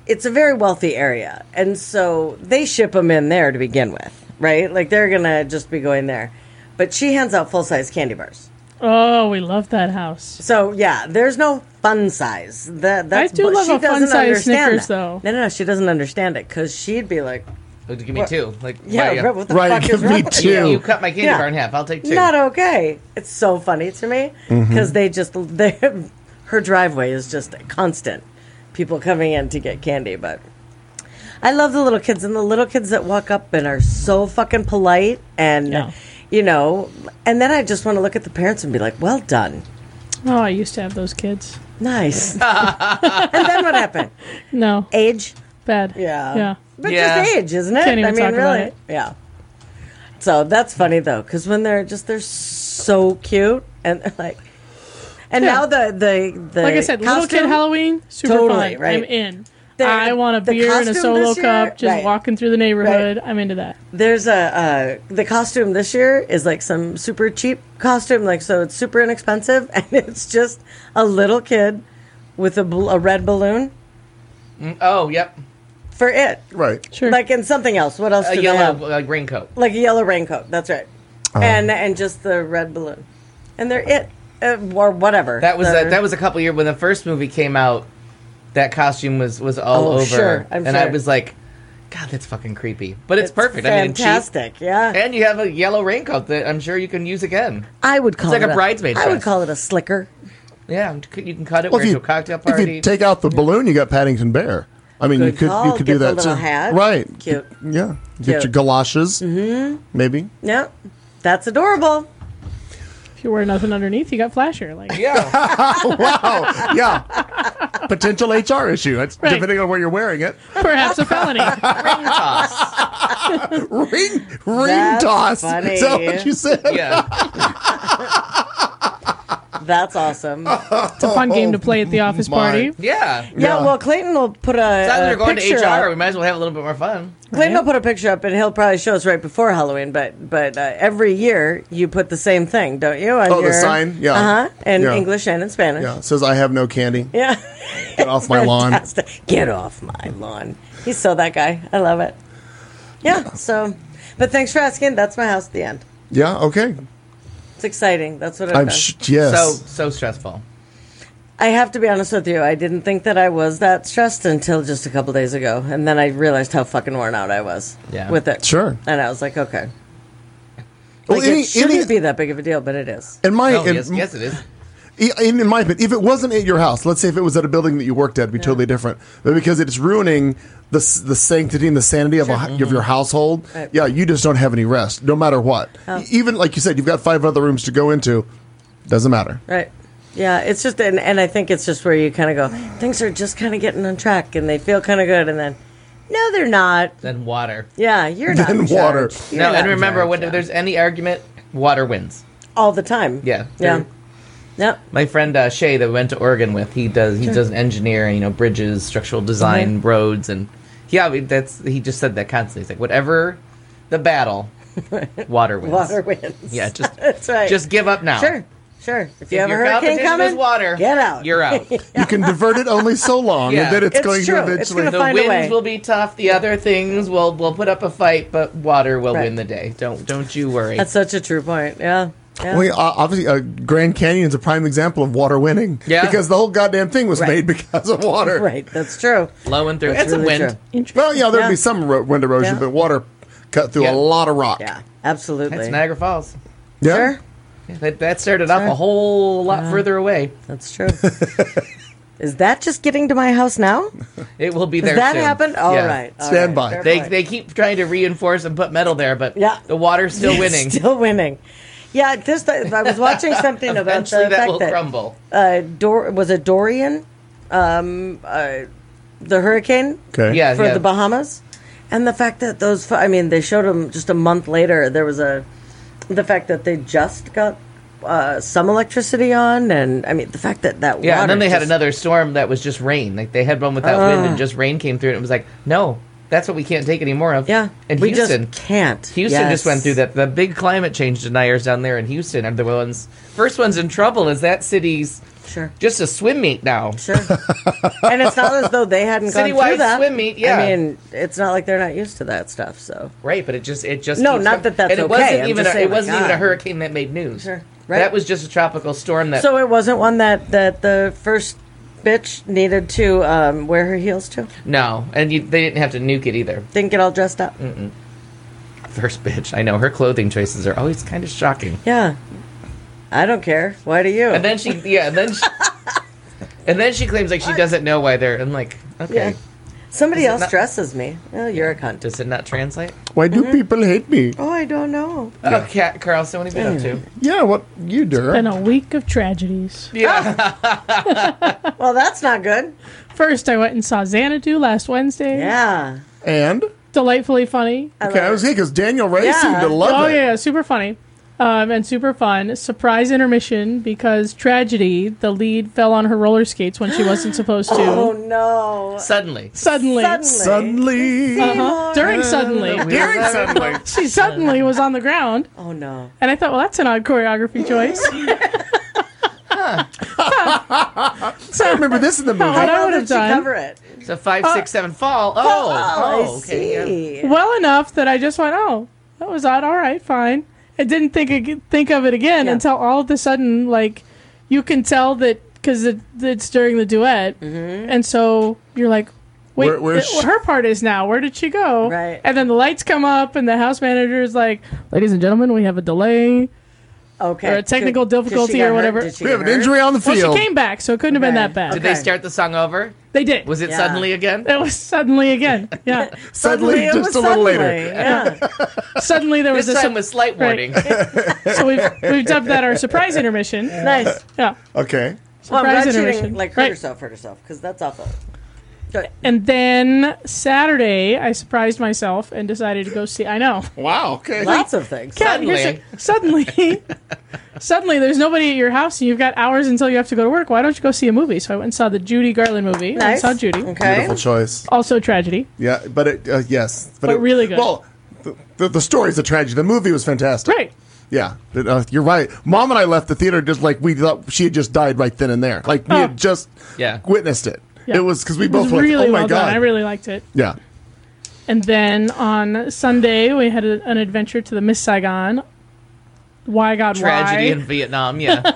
E: it's a very wealthy area, and so they ship them in there to begin with, right? Like they're gonna just be going there. But she hands out full size candy bars,
D: oh, we love that house.
E: so yeah, there's no fun size. That that's
D: do
E: but
D: love
E: she
D: a fun
E: doesn't
D: size
E: understand
D: Snickers,
E: that.
D: though.
E: No, no, no, she doesn't understand it because she'd be like,
F: Oh, Give me two. Like
E: yeah,
F: why, uh,
E: what the
C: right,
E: fuck is
C: give
E: wrong
C: me
E: with
C: two.
E: you?"
F: Yeah, you cut my candy
E: Yeah.
F: bar in half. I'll take two.
E: not okay. It's so funny to me because they just they, <laughs> her driveway is just constant people coming in to get candy. But I love the little kids and the little kids that walk up and are so fucking polite and
D: Yeah.
E: you know. And then I just want to look at the parents and be like, "Well done,
D: Oh, I used to have those kids.
E: nice." <laughs> and then what happened?
D: No,
E: Age,
D: bad.
E: Yeah.
D: yeah.
E: but
F: Yeah.
E: just age, isn't it?
D: Can't even
E: I mean,
D: talk
E: really,
D: about it.
E: yeah. So that's funny though, because when they're just they're so cute and <laughs> they're like, and
D: Yeah.
E: now the the the
D: Like I said, little kid
E: costume-
D: Halloween, super
E: Totally,
D: fun.
E: right.
D: I'm in.
E: The-
D: I want a
E: the
D: beer and a
E: costume
D: solo
E: this year?
D: cup, just
E: Right.
D: walking through the neighborhood. I'm into that.
E: There's a uh, the costume this year is like some super cheap costume, like so it's super inexpensive, <laughs> and it's just a little kid with a, bl- a red balloon
F: Oh, yep.
E: for it,
C: right.
D: Sure.
E: like and something else. What else?
F: A
E: do they
F: yellow
E: have?
F: like raincoat.
E: like a yellow raincoat. That's right,
F: Oh.
E: and and just the red balloon, and they're it uh, or whatever.
F: That was
E: They're-
F: a, that was a couple years when the first movie came out. That costume was was all
E: Oh,
F: over,
E: sure, I'm
F: and I
E: sure.
F: was like, "God, that's fucking creepy." But it's, perfect. I mean,
E: Fantastic,
F: cheap.
E: yeah.
F: And you have a yellow raincoat that I'm sure you can use again.
E: I would call
F: like
E: it
F: a bridesmaid
E: I would
F: dress.
E: call it a slicker.
F: Yeah, you can cut it.
C: Well,
F: wear
C: if
F: it
C: you,
F: to a cocktail
C: if
F: party.
C: you take out the balloon, you got Paddington Bear. I mean, you
E: Good
C: could you
E: call.
C: could
E: Get
C: do
E: the
C: that
E: little
C: too,
E: hat.
C: right?
E: Cute.
C: Yeah, get
E: Cute.
C: your galoshes, mm-hmm. maybe.
E: Yeah, that's adorable.
D: If you wear nothing underneath, you got flasher.
C: <laughs>
D: Like <laughs>
F: Yeah.
C: wow,
E: <laughs>
C: yeah, potential HR issue. It's
D: Right.
C: depending on where you're wering it.
D: perhaps a felony.
F: Ring toss.
C: Ring, ring
E: That's
C: toss. <laughs>
E: funny.
C: Is that what you said?
F: Yeah. <laughs>
E: That's awesome.
F: Oh,
E: yeah,
D: It's a fun game to play at
E: Oh
D: the office
C: my.
D: party.
F: Yeah.
E: well, Clayton will put a,
F: Now that
E: a
F: they're going
E: picture
F: to HR, we
E: up.
F: might as well have a little bit more fun.
E: Clayton will put a picture up, and he'll probably show us right before Halloween. But but uh, every year you put the same thing, don't you? On
C: Oh, the
E: your,
C: sign? Yeah.
E: Uh huh. In
C: Yeah.
E: English and in Spanish.
C: Yeah, it says I have no candy.
E: Yeah. <laughs>
C: Get off my lawn.
E: Fantastic. Get off my lawn. He's so that guy. I love it. Yeah. So, but thanks for asking. That's my house. at The end.
C: Yeah, okay.
E: It's exciting. That's what I've
C: I'm
E: done.
C: sh- yes.
F: So so stressful.
E: I have to be honest with you. I didn't think that I was that stressed until just a couple days ago, and then I realized how fucking worn out I was.
F: Yeah.
E: With it.
C: Sure.
E: And I was like, okay.
C: Well,
E: Like, it shouldn't be that big of a deal, but it is.
C: in my
F: No,
C: in,
F: Oh,
C: e,
F: yes, yes, it is.
C: in, in my opinion, if it wasn't at your house, let's say if it was at a building that you worked at, it'd be totally different. But because it's ruining the s- the sanctity and the sanity of, a, hu- of your household,
E: Mm-hmm. Right. Oh.
C: yeah, you just don't have any rest, no matter what. E- Even like you said, you've got five other rooms to go into. Doesn't matter.
E: Right. Yeah, it's just, and, and I think it's just where you kind of go, things are just kind of getting on track and they feel kind of good. And then, no, they're not.
F: Then water.
E: Yeah, you're not.
C: Then
E: in
C: water.
E: charge. You're
F: No,
E: not
F: and
E: in
F: remember
E: charge,
F: when
E: yeah.
F: there's any argument, water wins.
E: all the time.
F: Yeah.
E: Yeah.
F: They're-
E: Yep.
F: My friend uh, Shay that we went to Oregon with, he does he does engineer, you know, bridges, structural design, roads, and yeah, that's he just said that constantly. He's like, whatever the
E: <laughs>
F: battle, water wins.
E: Water wins.
F: Yeah, just
E: <laughs> That's right.
F: just give up now.
E: Sure. Sure. If you
F: If
E: have a
F: your
E: hurricane
F: competition
E: coming,
F: was water.
E: get out.
F: You're
E: <laughs>
F: out.
C: You can divert it only so long,
F: Yeah.
C: and then it's,
E: It's
C: going
E: true.
C: to
E: It's
C: eventually.
E: gonna
F: The
E: Find a way.
F: winds will be tough. The other things will will put up a fight, but water will
E: Right.
F: win the day. Don't don't you worry.
E: That's such a true point. Yeah. Yeah.
C: Well, yeah, o- obviously, uh, Grand Canyon's a prime example of water winning.
F: Yeah.
C: Because the whole goddamn thing was
E: Right.
C: made <laughs> because of water.
E: right. That's true.
F: Blowing through.
E: That's
F: It's
E: really
F: a wind.
E: true.
C: Well, yeah, there'd
E: Yeah.
C: be some ro- wind erosion,
E: Yeah.
C: but water cut through
F: Yeah.
C: a lot of rock.
E: Yeah. Absolutely.
F: That's Niagara Falls.
C: Yeah.
E: Sure.
F: Yeah, that, that started off a whole
E: Uh-huh.
F: lot further away.
E: That's true.
C: <laughs>
E: Is that just getting to my house now?
F: It will be there.
E: Has that
F: soon.
E: happened? All right.
F: Yeah.
E: all
C: Stand
E: right.
C: by.
E: Fair
F: They
E: point.
F: they keep trying to reinforce and put metal there, but
E: Yeah.
F: the water's
E: <laughs>
F: still winning.
E: Still winning. Yeah, this I was watching something
F: <laughs>
E: about
F: Eventually,
E: the
F: that
E: fact
F: will
E: that
F: crumble.
E: uh, Dor- was it Dorian, um, uh, the hurricane
C: Okay.
F: Yeah.
E: for the Bahamas, and the fact that those fu- I mean they showed them just a month later there was a the fact that they just got uh, some electricity on, and I mean the fact that that
F: yeah,
E: water
F: and then they had
E: just- Uh.
F: another storm that was just rain. Like they had one without wind, and just rain came through, and it was like, no, that's what we can't take any more of.
E: yeah
F: and
E: we
F: Houston,
E: just can't
F: Houston just
E: Yes.
F: went through that. The big climate change deniers down there in Houston are the ones first ones in trouble. Is that city's
E: sure
F: just a swim meet now?
E: sure and it's not as though they hadn't gone through
F: Citywide
E: that
F: swim meet, yeah.
E: I mean it's not like they're not used to that stuff so
F: Right, but it just it just
E: No,
F: keeps
E: not
F: com-
E: that that's
F: and it
E: okay,
F: Wasn't
E: I'm
F: even
E: just
F: a,
E: saying,
F: it wasn't
E: my
F: even a
E: God.
F: hurricane that made news.
E: Sure, right.
F: That was just a tropical storm that
E: So it wasn't one that that the first bitch needed to um, wear her heels to.
F: no, and you, they didn't have to nuke it either.
E: Didn't get all dressed up.
F: Mm. First bitch, I know her clothing choices are always kind of shocking.
E: Yeah, I don't care. Why do you?
F: And then she, yeah, and <laughs> then she, and then she claims like she doesn't know why they're. I'm like, okay,
E: Yeah. Somebody
F: Is it
E: else
F: not-
E: dresses me. Oh, you're a cunt.
F: does it not translate?
C: Why do people hate me?
E: Oh, I don't know.
F: Oh, Cat Carl, so what have you been up to?
C: Yeah, what you
D: Been
C: do?
D: a week of tragedies.
F: Yeah,
E: Well, that's not good.
D: First, I went and saw Xanadu last Wednesday.
E: Yeah.
C: And
D: Delightfully funny.
C: okay, I was here because Daniel Ray
E: Yeah.
C: seemed to love
D: Oh
C: it.
D: yeah, super funny. Um, and super fun. Surprise intermission because tragedy, the lead fell on her roller skates when she wasn't supposed to.
E: Oh no.
F: suddenly.
D: Suddenly.
C: Suddenly,
D: Uh-huh. During
E: <laughs>
D: suddenly.
C: During suddenly,
D: She suddenly was on the ground.
E: Oh no.
D: And I thought, well, that's an odd choreography choice.
C: I remember this in the movie.
D: What I
E: How
D: would have
E: did she
D: done
E: cover it?
F: So five, six, seven, fall. Oh,
E: Oh,
F: oh,
E: I
F: okay. yeah.
E: see.
D: well enough that I just went, oh, that was odd. All right, fine. I didn't think ag- think of it again
E: Yeah.
D: until all of a sudden, like you can tell that because it, it's during the duet, and so you're like, wait,
C: Where- where's
D: th-
C: she-
D: her part is now. Where did she go?
E: Right.
D: And then the lights come up, and the house manager is like, ladies and gentlemen, we have a delay.
E: Okay.
D: Or a technical
E: Did- did she
D: difficulty
E: get
D: or
E: hurt?
D: whatever.
E: Did she
C: we
E: get
C: have an
E: hurt?
C: injury on the
D: Well,
C: field.
D: she came back, so it couldn't have been that
E: Okay.
D: bad.
F: Did they
E: Okay.
F: start the song over?
D: They did.
F: Was it
E: Yeah.
F: suddenly again?
D: That was
F: <laughs>
D: suddenly again. Yeah.
C: Suddenly,
E: it
C: just
E: was
C: a little later.
E: suddenly, Yeah.
D: suddenly there was
F: This
D: a
F: time with slight
D: right.
F: warning.
D: so we've we've dubbed that our surprise intermission.
E: nice.
D: Yeah.
C: Okay.
E: Well, I'm glad
D: Surprise
E: she didn't
D: intermission.
E: like hurt
D: Right.
E: herself, hurt herself, because that's awful. Good.
D: And then Saturday, I surprised myself and decided to go see. I
E: <laughs>
D: know.
C: Wow. Okay.
E: Lots of things.
D: God, here's
F: Suddenly.
D: a-
E: <laughs>
D: suddenly, suddenly, there's nobody at your house, and you've got hours until you have to go to work. Why don't you go see a movie? So I went and saw the Judy Garland movie. I
E: Nice.
D: saw Judy.
E: Okay.
C: Beautiful choice.
D: Also tragedy.
C: Yeah, but it, uh, yes, but,
D: But
C: it,
D: really good.
C: Well, the, the, the story's a tragedy. The movie was fantastic.
D: Right.
C: Yeah, But, uh, you're right. Mom and I left the theater just like we thought she had just died right then and there. Like we
D: Oh.
C: had just
F: Yeah.
C: witnessed it.
D: Yeah.
C: It was because we
D: It
C: both
D: was
C: were like,
D: really
C: oh my
D: well
C: god.
D: done. I really liked it.
C: yeah.
D: And then on Sunday, we had a, an adventure to the Miss Saigon. Why God,
F: Tragedy in
D: why?
F: Vietnam. Yeah.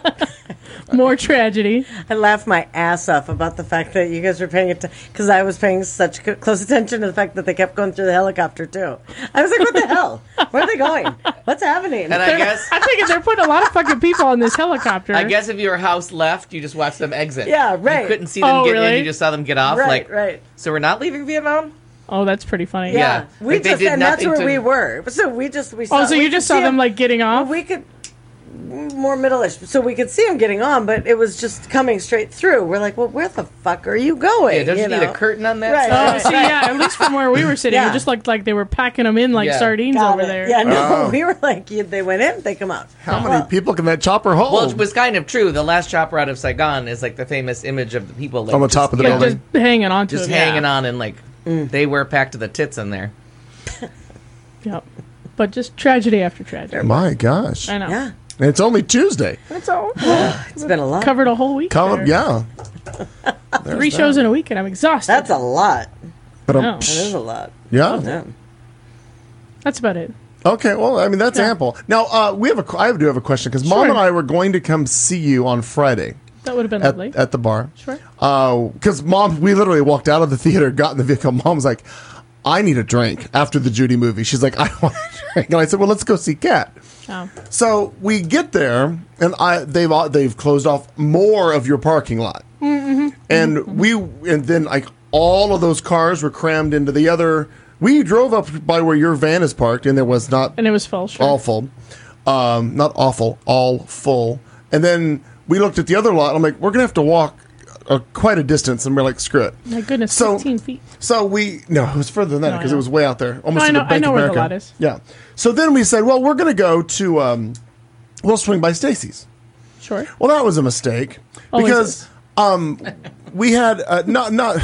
D: More tragedy.
E: I laughed my ass off about the fact that you guys were paying attention because I was paying such c- close attention to the fact that they kept going through the helicopter too. I was like, "What the hell? Where are they going? What's happening?"
F: And I guess
D: I'm thinking they're putting a lot of fucking people in this helicopter.
F: I guess if your house left, you just watched them exit.
E: Yeah,
F: You
E: right.
F: couldn't see them
D: Oh,
F: get in.
D: really?
F: You just saw them get off.
E: right,
F: like,
E: right.
F: so we're not leaving Vietnam.
D: Oh, that's pretty funny.
E: Yeah,
F: Yeah.
E: we
F: Like, they
E: just
F: did
E: and that's
F: nothing
E: where
F: to-
E: we were. So we just we. Saw,
D: Oh, so
E: we
D: you
E: could
D: just
E: see
D: saw them
E: 'em-
D: like getting off?
E: we could more middle-ish, so we could see them getting on, but it was just coming straight through. We're like, "Well, where the fuck are you going?"
F: Yeah, don't you, need
E: know?
F: a curtain on that?
E: Right.
D: Oh, see, yeah, at least from where we were sitting,
E: Yeah.
D: it just looked like they were packing them in like
F: Yeah.
D: sardines
E: Got
D: over
E: it.
D: there.
E: Yeah, no,
C: Oh.
E: <laughs> we were like, you, they went in, they come out.
C: How
D: uh,
C: many people can that chopper hold?
F: Well, it was kind of true. The last chopper out of Saigon is like the famous image of the people like,
C: On the
F: just-
C: top of the
F: yeah,
D: Like,
C: building.
D: just hanging on to
F: just
D: it.
F: hanging on and like
D: Mm.
F: they were packed to the tits in there.
D: Yeah. Yep. But just tragedy after tragedy.
C: my gosh.
D: I
C: And
D: know.
E: Yeah,
C: it's only Tuesday.
D: That's all.
E: it's been a lot.
D: Covered a whole week.
C: Come,
D: there.
C: yeah.
D: Three shows in a week, and I'm exhausted.
E: That's a lot.
C: But um,
D: No.
E: That is a lot.
C: yeah.
E: Yeah.
D: That's about it.
C: Okay. Well, I mean that's ample. Now uh, we have a. qu- I do have a question because mom
D: Sure.
C: and I were going to come see you on Friday
D: That would have been
C: at,
D: lovely.
C: at the bar.
D: Sure.
C: because mom, we literally walked out of the theater, got in the vehicle. Mom's like, "I need a drink after the Judy movie." She's like, "I <laughs> want a drink," and I said, "Well, let's go see Cat."
D: Oh.
C: So we get there, and I they've all- they've closed off more of your parking lot, and we and then like all of those cars were crammed into the other. We drove up by where your van is parked, and there was not
D: And it was full. Sure.
C: awful. Um, not awful, all full. And then we looked at the other lot. I'm like, we're gonna have to walk uh, quite a distance, and we're like, screw it.
D: My goodness,
C: So-
D: 15 feet.
C: So we no, it was further than that
D: No, I
C: because it
D: know.
C: was way out there, almost
D: No, I
C: in the
D: know- I
C: Bank of
D: know where the
C: America.
D: lot is.
C: Yeah. So then we said, well, we're gonna go to um, we'll swing by Stacy's.
D: Sure.
C: Well, that was a mistake
D: Always
C: because
D: Oh,
C: um,
D: is.
C: we had uh, not not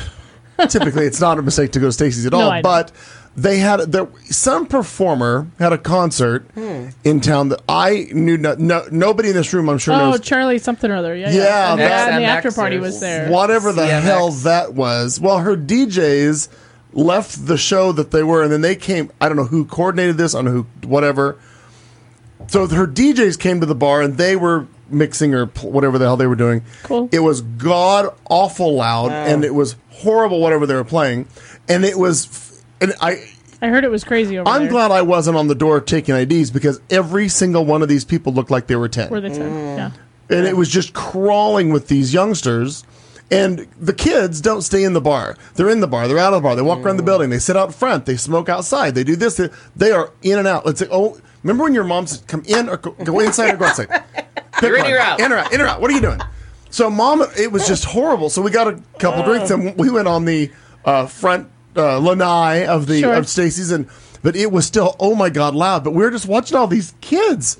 C: <laughs> typically it's not a mistake to go to Stacy's at
D: No,
C: all,
D: I know.
C: but they had there some performer had a concert
D: Hmm.
C: in town that I knew no, no nobody in this room I'm sure
D: Oh,
C: knows
D: Charlie something or other. Yeah.
C: Yeah,
D: And that and the
F: XMXers.
D: after party was there.
C: whatever the
F: CMX.
C: hell that was. Well, her DJs left the show that they were, and then they came. I don't know who coordinated this, I don't know who whatever. So her DJs came to the bar, and they were mixing or pl- whatever the hell they were doing.
D: Cool.
C: It was god awful loud, and it was horrible whatever they were playing, and it was. f- And I,
D: I heard it was crazy over
C: I'm
D: there.
C: glad I wasn't on the door taking IDs because every single one of these people looked like they were ten
D: Where the time.
E: Mm.
D: Yeah.
C: and it was just crawling with these youngsters. And the kids don't stay in the bar. They're in the bar. They're out of the bar. They walk around the building. They sit out front. They smoke outside. They do this. They, they are in and out. It's like, oh, remember when your mom said, come in or go, go inside or
F: <laughs>
C: go outside? Pick
F: You're in,
C: one.
F: you're out.
C: In or out. In or out. What are you doing? So, mom, it was just horrible. So, we got a
F: Oh.
C: couple drinks and we went on the uh, front uh, lanai of the
D: Sure.
C: of Stacy's. And, but it was still, oh my God, loud. But we were just watching all these kids.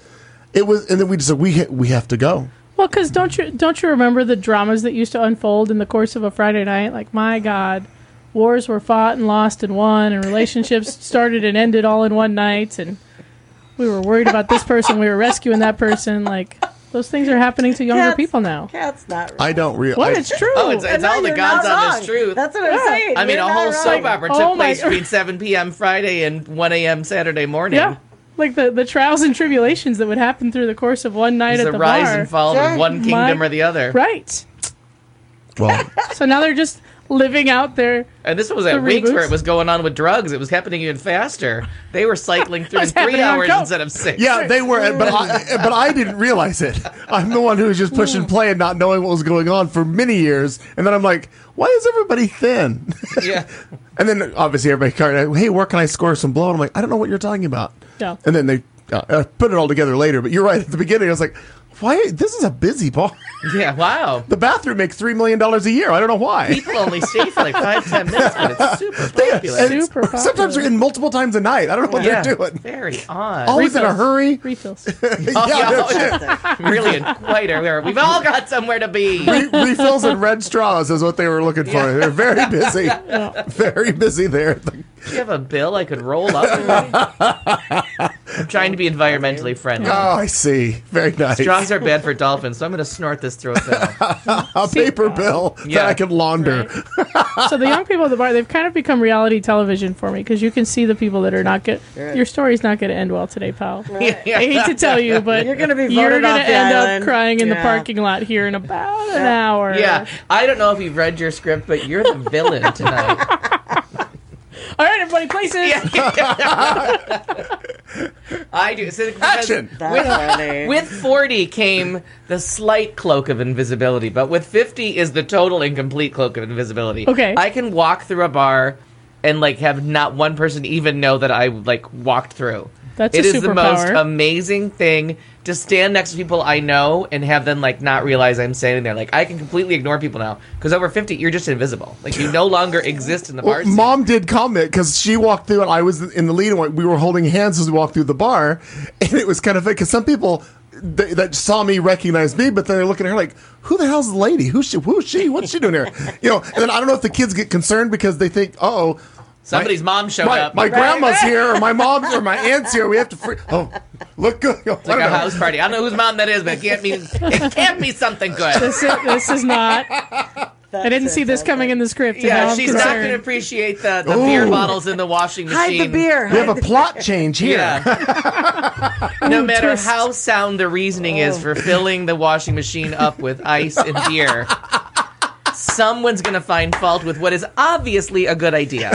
C: It was, and then we just said, we, ha- we have to go.
D: Well, because don't you don't you remember the dramas that used to unfold in the course of a Friday night? Like, my God, wars were fought and lost and won, and
E: <laughs>
D: relationships started and ended all in one night, and we were worried about this person, we were rescuing that person. Like, those things are happening to younger
E: Cats-
D: people now.
E: Cat's not. Right.
C: I don't realize.
D: What? It's true.
F: Oh, it's, it's all the
E: you're
F: gods
E: not
F: on
E: wrong.
F: this truth.
E: That's what I'm
D: Yeah.
E: saying.
F: I mean,
E: You're
F: a
E: not
F: whole
E: wrong.
F: soap opera
D: Oh
F: took
D: my-
F: place between 7 p.m. Friday and 1 a.m. Saturday morning.
D: yeah. Like the, the trials and tribulations that would happen through the course of one night
F: It's
D: at
F: a
D: the
F: rise
D: bar.
F: and fall
E: Sure.
F: of one kingdom
D: My-
F: or the other.
D: Right.
C: well,
D: So now they're just living out there.
F: And this was at
D: The
F: weeks where
D: reboots?
F: it was going on with drugs. It was happening even faster. They were
D: <laughs>
F: cycling through in
D: was
F: three
D: happening on
F: hours
D: coke.
F: instead of six.
C: Yeah, they
D: <laughs>
C: were, but I, but I didn't realize it. I'm the one who was just pushing play and not knowing what was going on for many years, and then I'm like, why is everybody thin? <laughs>
F: Yeah.
C: and then obviously everybody card, hey, where can I score some blow? And I'm like, I don't know what you're talking about.
D: Yeah.
C: And then they uh, uh, put it all together later. But you're right at the beginning. I was like, why? This is a busy bar. <laughs>
F: Yeah. Wow.
C: the bathroom makes three million dollars a year. I don't know why. <laughs>
F: People only stay for like five, ten minutes, but it's super popular.
C: And it's-
D: Super popular.
C: sometimes they're in multiple times a night. I don't know what
F: yeah.
C: they're doing.
F: Very
C: <laughs>
F: odd.
C: Always in a
D: <laughs>
C: hurry. <laughs>
D: Refills.
F: Oh,
C: yeah,
F: yeah, <laughs> yeah. really in quite a hurry. We've all got somewhere to
C: <laughs>
F: be.
C: Re- refills and red straws is what they were looking for. They're very busy, very busy there.
F: Do you have a bill I could roll up? I'm trying to be
C: <laughs>
F: environmentally friendly.
C: Oh, I see. Very nice.
F: Straws are bad for dolphins, so I'm going to snort this through a
C: <laughs>
F: bill.
C: a paper bill that
F: Yeah.
C: I can launder.
D: so the young people at the bar, they've kind of become reality television for me because you can see the people that are not good. Your story's not going to end well today, pal.
F: Yeah.
D: I
E: <laughs>
D: hate to tell you, but
E: You're gonna be voted
D: you're gonna
E: off the
D: end
E: island.
D: up crying in the
E: Yeah.
D: parking lot here in about an hour.
F: Yeah, I don't know if you've read your script, but you're the villain
C: <laughs>
F: tonight. <laughs>
D: All right, everybody, places.
F: I do. So, because
C: <laughs> Action.
E: That's funny.
F: With 40 came the slight cloak of invisibility, but with 50 is the total and complete cloak of invisibility.
D: Okay.
F: I can walk through a bar and like have not one person even know that I like walked through.
D: That's
F: It
D: a
F: is the most
D: superpower.
F: amazing thing to stand next to people I know and have them like not realize I'm standing there. Like I can completely ignore people now because over 50 you're just invisible. Like you no longer exist in the
C: Well,
F: bar. scene.
C: Mom did comment because she walked through and I was in the lead and we were holding hands as we walked through the bar, and it was kind of funny because some people th- that saw me recognized me, but then they're looking at her like, "Who the hell's the lady? Who's she? Who's she? What's she doing here?" You know. And then I don't know if the kids get concerned because they think, "Oh."
F: Somebody's mom showed
C: my,
F: up. <laughs>
C: My grandma's here, or my mom's, or my aunt's here. We have to. Free- oh, look good. I
F: like
C: don't
F: a
C: know.
F: house party. I don't know whose mom that is, but it can't be it can't be something good.
D: This is, this is not. I didn't see this coming in the script. and now
F: Yeah,
D: I'm
F: she's not going to
D: concerned.
F: appreciate the, the beer
C: Ooh.
F: bottles in the washing
E: Hide
F: machine.
E: the beer.
C: We
E: Hide
C: have
E: the
C: a plot change here.
F: Yeah. <laughs> no matter
D: twist.
F: how sound the reasoning is for filling the washing machine up with ice and beer, someone's going to find fault with what is obviously a good idea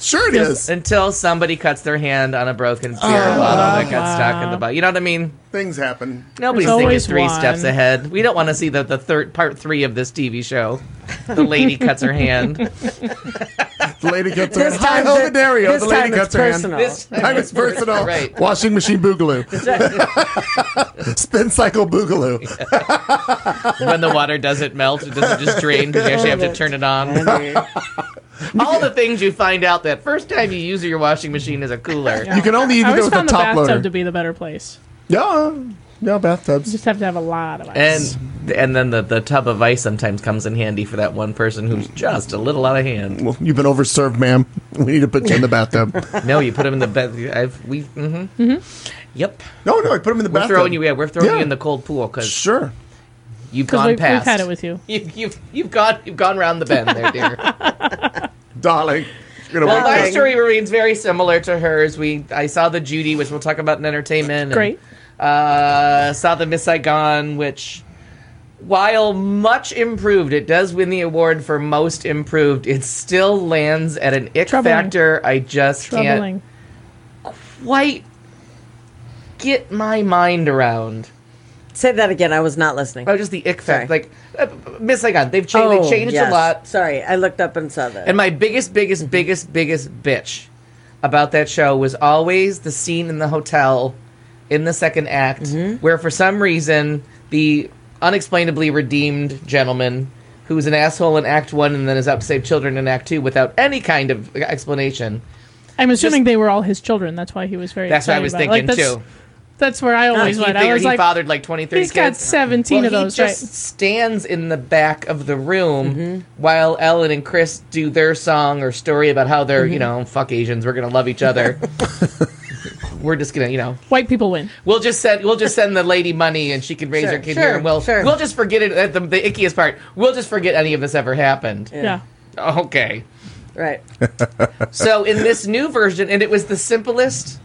C: Sure, it is.
F: until somebody cuts their hand on a broken beer bottle that got stuck in the bottle. You know what I mean?
C: Things happen.
F: Nobody's
D: There's
F: thinking
D: always
F: three steps
D: one.
F: ahead. We don't want to see the, the third part three of this TV show. The lady cuts her hand.
C: The lady cuts her
E: This
C: hand. Hi,
E: time,
C: ho,
E: the-
C: Dario.
E: this
C: the lady
E: time
C: cuts
E: it's
C: her
E: personal.
C: hand.
F: This
C: Time is personal.
F: Right.
C: Washing machine boogaloo. <laughs> Spin cycle boogaloo.
F: when the water doesn't melt, it doesn't just drain because you actually have to turn it on. <laughs> All the things you find out that first time you use your washing machine as a cooler.
C: You can only
D: I
C: even do it
D: always
C: with a
D: found the
C: top
D: bathtub
C: loader.
D: to be the better place.
C: yeah. Yeah, bathtubs.
D: Just have to have a lot of ice.
F: And and then the, the tub of ice sometimes comes in handy for that one person who's just a little out of hand.
C: Well, you've been overserved, ma'am. We need to put you in the bathtub.
F: No, you put them in the bed. I've we. Mm-hmm. Yep,
C: No, no, I put him in the
F: we're
C: bathtub.
F: throwing you. Yeah, we're throwing
C: Yeah.
F: you in the cold pool because
C: Sure.
F: you've
D: because
F: gone
D: we've, we've
F: past.
D: had it with you.
F: you. You've you've gone you've gone round the bend there,
D: <laughs>
F: dear.
C: Darling. You're gonna
F: Well,
C: wake
F: my
C: up.
F: story remains very similar to hers. We I saw the Judy, which we'll talk about in entertainment. and,
D: Great.
F: Uh, saw the Miss Saigon, which, while much improved, it does win the award for most improved. It still lands at an ick
D: Troubling.
F: factor. I just
D: Troubling.
F: can't quite get my mind around.
E: Say that again. I was not listening.
F: Oh, just the ick factor.
E: Sorry.
F: Like uh, Miss Saigon, they've changed.
E: Oh,
F: they changed
E: yes.
F: a lot.
E: Sorry, I looked up and saw that.
F: And my biggest, biggest, biggest, biggest bitch about that show was always the scene in the hotel in the second act
D: Mm-hmm.
F: where, for some reason, the unexplainably redeemed gentleman who's an asshole in Act One and then is out to save children in Act Two without any kind of explanation.
D: I'm assuming they were all his children. That's why he was very.
F: That's what I
D: excited
F: was
D: about it. Like,
F: thinking too.
D: that's, That's where I
F: Like,
D: always
F: he
D: went. I
F: figured
D: was
F: he
D: like,
F: fathered like twenty three.
D: he's got 17 of those,
F: He
D: right? Mm-hmm.
F: just stands in the back of the room while Ellen and Chris do their song or story about how they're, you
D: Mm-hmm.
F: know, fuck Asians. We're gonna love each
D: <laughs>
F: other. We're just gonna, you know,
D: white people win.
F: we'll just send we'll just send the lady money and she can raise
E: Sure,
F: her kid
E: sure,
F: here and we'll
E: sure.
F: we'll just forget it. At the, the ickiest part, we'll just forget any of this ever happened.
D: Yeah.
F: Okay,
E: right.
F: so in this new version, and it was the simplest,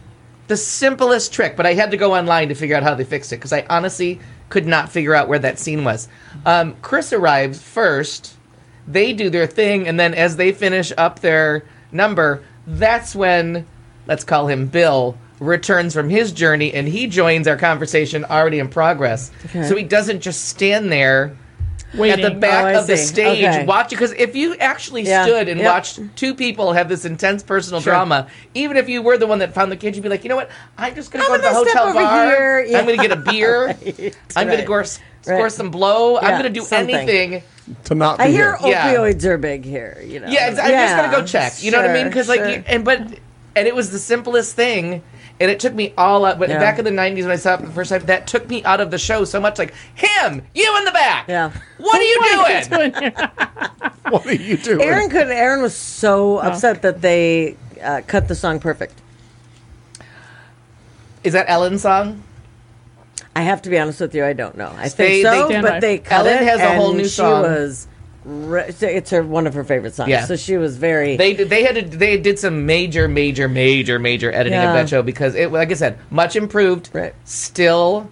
F: the simplest trick. But I had to go online to figure out how they fixed it because I honestly could not figure out where that scene was. Um, Chris arrives first, They do their thing, and then as they finish up their number, that's when let's call him Bill returns from his journey and he joins our conversation already in progress. So he doesn't just stand there
D: Waiting.
F: at the
D: <laughs>
F: back
E: Oh, I
F: of the
E: see.
F: stage
E: Okay.
F: watch because if you actually
E: Yeah.
F: stood and
E: Yep.
F: watched two people have this intense personal drama even if you were the one that found the kid you'd be like you know what i'm just gonna
E: I'm
F: go to the
E: gonna step
F: hotel
E: over
F: bar
E: here." Yeah.
F: i'm gonna get a beer i'm gonna
E: <laughs> right.
F: go score
E: Right.
F: some blow i'm
E: Yeah,
F: gonna do
E: something.
F: anything
C: to not be
E: I hear
C: here.
F: Yeah.
E: opioids are big here. You know.
F: yeah, ex- I'm just gonna go check. You know what I mean?
E: sure,
F: Because
E: sure.
F: like, you, and but, and it was the simplest thing, and it took me all out. But
E: Yeah.
F: back in the '90s when I saw it for the first time, that took me out of the show so much. Like him, you in the back.
E: Yeah.
F: What are you doing?
C: <laughs> What are you doing?
E: Aaron could. Aaron was so upset that they uh, cut the song perfect.
F: Is that Ellen's song?
E: I have to be honest with you. I don't know. I
F: They-
E: think so,
F: they-
D: Stand by.
E: but they cut
F: Ellen
E: it.
F: has a whole
E: and
F: new
E: she
F: song.
E: Was re- so it's her one of her favorite songs.
F: Yeah.
E: So she was very.
F: They did- they had to, they did some major major major major editing of
E: Yeah.
F: that show because it like I said much improved
E: Right.
F: still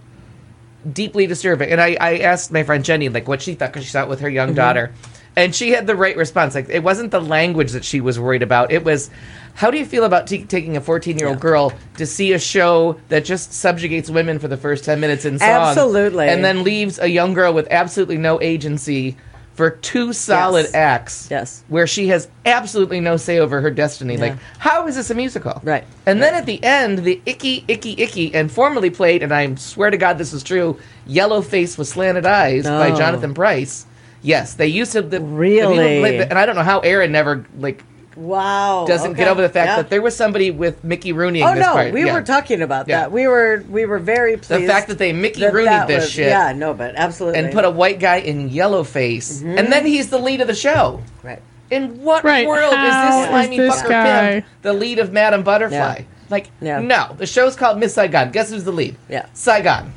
F: deeply disturbing and I, I asked my friend Jenny like what she thought because she saw it with her
E: Mm-hmm.
F: young daughter and she had the right response like it wasn't the language that she was worried about it was how do you feel about t- taking a 14 year old girl to see a show that just subjugates women for the first 10 minutes in song
E: Absolutely.
F: and then leaves a young girl with absolutely no agency for two solid
E: Yes.
F: acts
E: Yes.
F: where she has absolutely no say over her destiny. Like,
E: Yeah.
F: how is this a musical?
E: Right.
F: And then at the end, the icky, icky, icky, and formerly played, and I swear to God this is true, Yellow Face with Slanted Eyes by
E: No.
F: Jonathan Price. Yes, they used to. The, the people
E: Really?
F: who played the- and I don't know how Aaron never, like,
E: wow.
F: doesn't get
E: okay.
F: over the fact
E: Yeah.
F: that there was somebody with Mickey Rooney in
E: Oh
F: this
E: no,
F: part.
E: we
F: Yeah.
E: were talking about
F: Yeah.
E: that. We were we were very
F: The
E: pleased.
F: fact that they Mickey
E: that
F: Rooney
E: that
F: this
E: was-
F: shit.
E: Yeah, no, but absolutely.
F: And put a white guy in yellow face, and
E: Mm-hmm.
F: then he's the lead of the show.
E: right. <laughs>
F: In what
D: Right,
F: world
D: how
F: is this slimy
D: is this
F: fucker
D: guy-
F: pimp the lead of Madame Butterfly?
E: Yeah.
F: Like,
E: Yeah.
F: no. The show's called Miss Saigon. Guess who's the lead?
E: Yeah.
F: Saigon.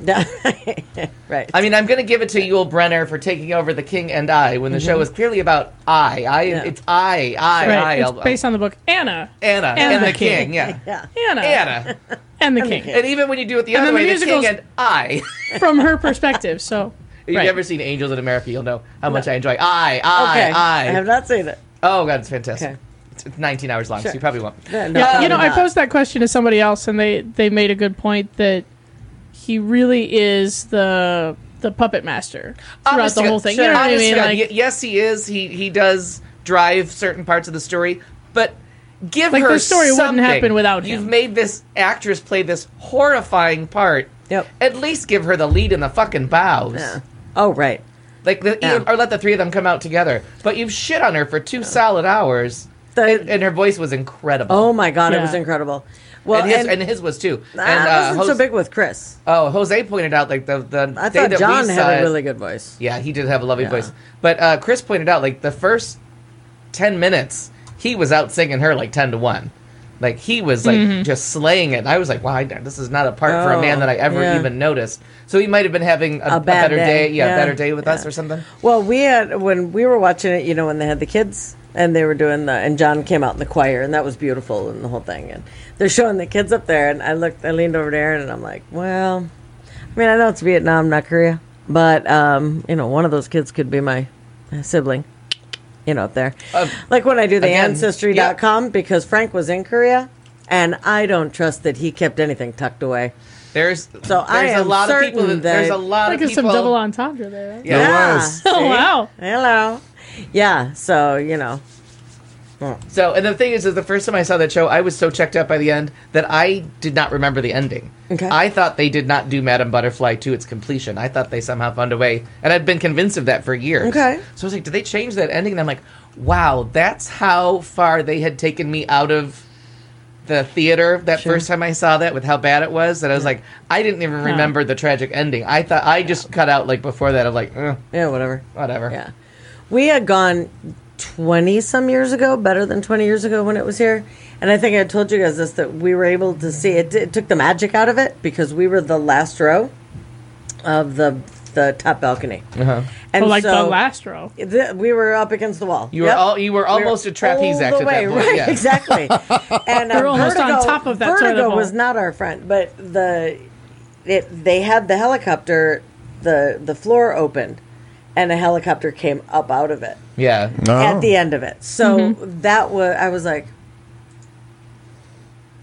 E: right.
F: I mean, I'm going to give it to Yul Brenner for taking over The King and I when the show is clearly about I. I.
E: Mm-hmm. Yeah.
F: It's I. <laughs> I. I.
D: right. It's
F: I'll-
D: based on the book Anna.
F: Anna
D: Anna
F: and the
D: the
F: King.
D: King.
E: <laughs>
F: Yeah.
E: yeah.
D: Anna.
F: Anna.
D: And the king.
F: And even when you do it the other
D: then the
F: way, the, King
D: musical's-
F: and I. <laughs>
D: From her perspective. So.
F: If
D: right.
F: you've ever seen Angels in America, you'll know how much I enjoy I. I.
E: Okay.
F: I.
E: have not seen it.
F: oh God, it's fantastic.
E: Okay.
F: It's it's 19 hours long, so
E: Sure.
F: you probably won't.
E: Yeah, no,
D: Yeah,
E: probably
D: you know, I
E: not.
D: posed that question to somebody else, and they they made a good point that he really is the the puppet master throughout
F: Honest
D: the
F: to
D: whole
F: God-
D: thing.
F: sure.
D: You know what I
F: Honest to
D: mean?
F: God,
D: Like,
F: y- yes, he is. He he does drive certain parts of the story, but give
D: Like,
F: her
D: the story wouldn't
F: something.
D: happen without
F: You've
D: him.
F: made this actress play this horrifying part.
E: Yep.
F: At least give her the lead in the fucking bows.
E: Yeah. Oh right.
F: Like the,
E: Yeah.
F: or let the three of them come out together. But you've shit on her for two solid hours,
E: The-
F: and, and her voice was incredible.
E: Oh my god, it
D: Yeah.
E: was incredible. Well,
F: and his,
E: and,
F: and, his was too.
E: I
F: and uh,
E: wasn't
F: Jose,
E: so big with Chris.
F: oh, Jose pointed out like the the
E: I
F: day
E: thought
F: that
E: John
F: we
E: had
F: saw
E: a
F: it-
E: really good voice.
F: Yeah, he did have a lovely
E: Yeah.
F: voice. But uh, Chris pointed out, like the first ten minutes, he was out singing her like ten to one. Like he was like just slaying it. And I was like, wow, I- this is not a part for a
E: Mm-hmm. Oh,
F: man that I ever
E: yeah.
F: even noticed. So he might have been having a, a
E: bad
F: better day.
E: day.
F: Yeah,
E: Yeah,
F: a better day with us
E: yeah.
F: or something.
E: Well, we had when we were watching it, you know, when they had the kids and they were doing the and John came out in the choir and that was beautiful and the whole thing and they're showing the kids up there and I looked, I leaned over to Aaron and I'm like, well, I mean, I know it's Vietnam, not Korea, but um, you know, one of those kids could be my sibling. You know, up there,
F: Uh,
E: like when I do the
F: again,
E: ancestry.com because Frank was in Korea, and I don't trust that he kept anything tucked away.
F: There's there's
E: So I
F: a
E: am
F: lot of people.
E: certain
F: That, there's a
E: that-
F: lot
D: like
F: of
D: there's some
F: people.
D: double entendre there.
F: Yeah.
E: Yeah. <laughs>
D: Oh, wow.
E: Hello. Yeah. So you know.
F: So, and the thing is, is the first time I saw that show, I was so checked out by the end that I did not remember the ending.
E: Okay.
F: I thought they did not do Madame Butterfly to its completion. I thought they somehow found a way, and I've been convinced of that for years.
E: Okay.
F: So I was like, did they change that ending? And I'm like, wow, that's how far they had taken me out of the theater that first time I saw that with how bad it was that I was like, I didn't even remember the tragic ending. I thought I just cut out like before that of like, eh,
E: Yeah. Whatever.
F: whatever.
E: Yeah. We had gone 20 some years ago, better than 20 years ago when it was here. And I think I told you guys this that we were able to see it. It took the magic out of it because we were the last row of the the top balcony.
F: Uh-huh.
D: Well,
E: And
D: Oh, like
E: so
D: the last row.
E: th- we were up against the wall.
F: You were all you were almost a trapeze
E: all
F: act
E: the
F: at that
E: way,
F: point.
E: Right,
F: yeah. <laughs>
E: exactly. And uh,
D: We're almost on
E: vertigo,
D: top of that toilet
E: Vertigo
D: bowl.
E: was not our friend, but the it they had the helicopter, the the floor opened, and a helicopter came up out of it
F: Yeah.
C: Oh.
E: at the end of it. So
D: Mm-hmm.
E: that was I was like,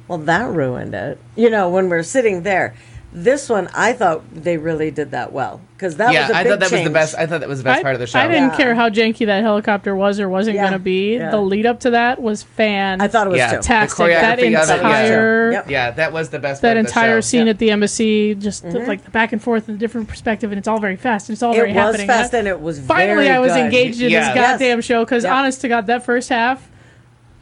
E: well, that ruined it. You know, when we're sitting there, this one I thought they really did that well because that
F: yeah,
E: was a
F: I
E: big
F: thought that was
E: change.
F: the best. I thought that was the best
D: I,
F: part of the show.
D: I didn't
E: Yeah.
D: care how janky that helicopter was or wasn't
E: Yeah.
D: going to be.
E: Yeah.
D: The lead up to that was fan.
E: I thought it was
F: Yeah.
E: too.
F: Ta-
D: fantastic.
F: The
D: That
F: choreography of it, yeah.
D: entire
E: Yep.
F: Yeah, that was the best.
D: that
F: part of the show.
D: entire scene
E: Yeah.
D: at the embassy, just the- like the back and forth and the different perspective, and it's all very fast and it's all
E: Mm-hmm. it
D: very
E: was
D: happening. And I-
E: fast and it was
D: finally,
E: very
D: I was
E: good.
D: engaged in
F: Yeah.
D: this goddamn
E: Yes.
D: show because,
E: Yeah.
D: honest to God, that first half,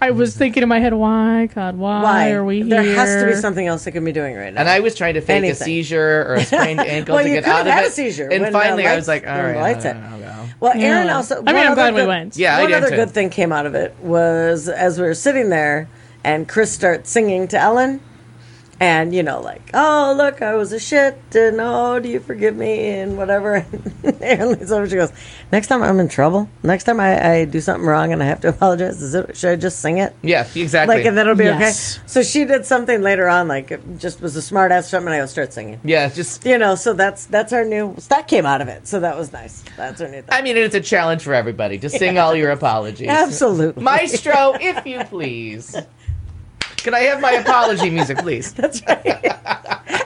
D: I was thinking in my head, why, God, why,
E: Mm-hmm. Why
D: are we
E: There
D: here?
E: has to be something else they can be doing right now.
F: And I was trying to fake a
E: Anything.
F: seizure or a
E: <laughs>
F: sprained ankle
E: Well,
F: to
E: you
F: get
E: could
F: out
E: have
F: of
E: had
F: it.
E: a seizure
F: And
E: when the
F: finally, I was
E: lights-
F: like, all
E: when the
F: right,
E: lights
F: I
E: hit.
F: don't know.
E: Well, Aaron
D: Yeah.
E: also.
D: I mean,
E: one
D: I'm
E: other
D: glad we
E: good-
D: went.
F: Yeah, I
E: one
F: did
E: other
F: too.
E: good thing came out of it was as we were sitting there, and Chris starts singing to Ellen, and you know, like, oh look, I was a shit, and oh, do you forgive me, and whatever. <laughs> And Aaron leans over, she goes, "Next time I'm in trouble. Next time I, I do something wrong and I have to apologize, is it, should I just sing it?"
F: Yeah, exactly.
E: Like, and that'll be
D: Yes.
E: okay. So she did something later on, like, it just was a smart ass something, and I go, start singing.
F: yeah, just.
E: You know, so that's that's our new that came out of it. So that was nice. That's our new thing.
F: I mean, it's a challenge for everybody. Just sing all your apologies.
E: <laughs> Absolutely.
F: Maestro, if you please. Can I have my apology music,
E: <laughs>
F: please?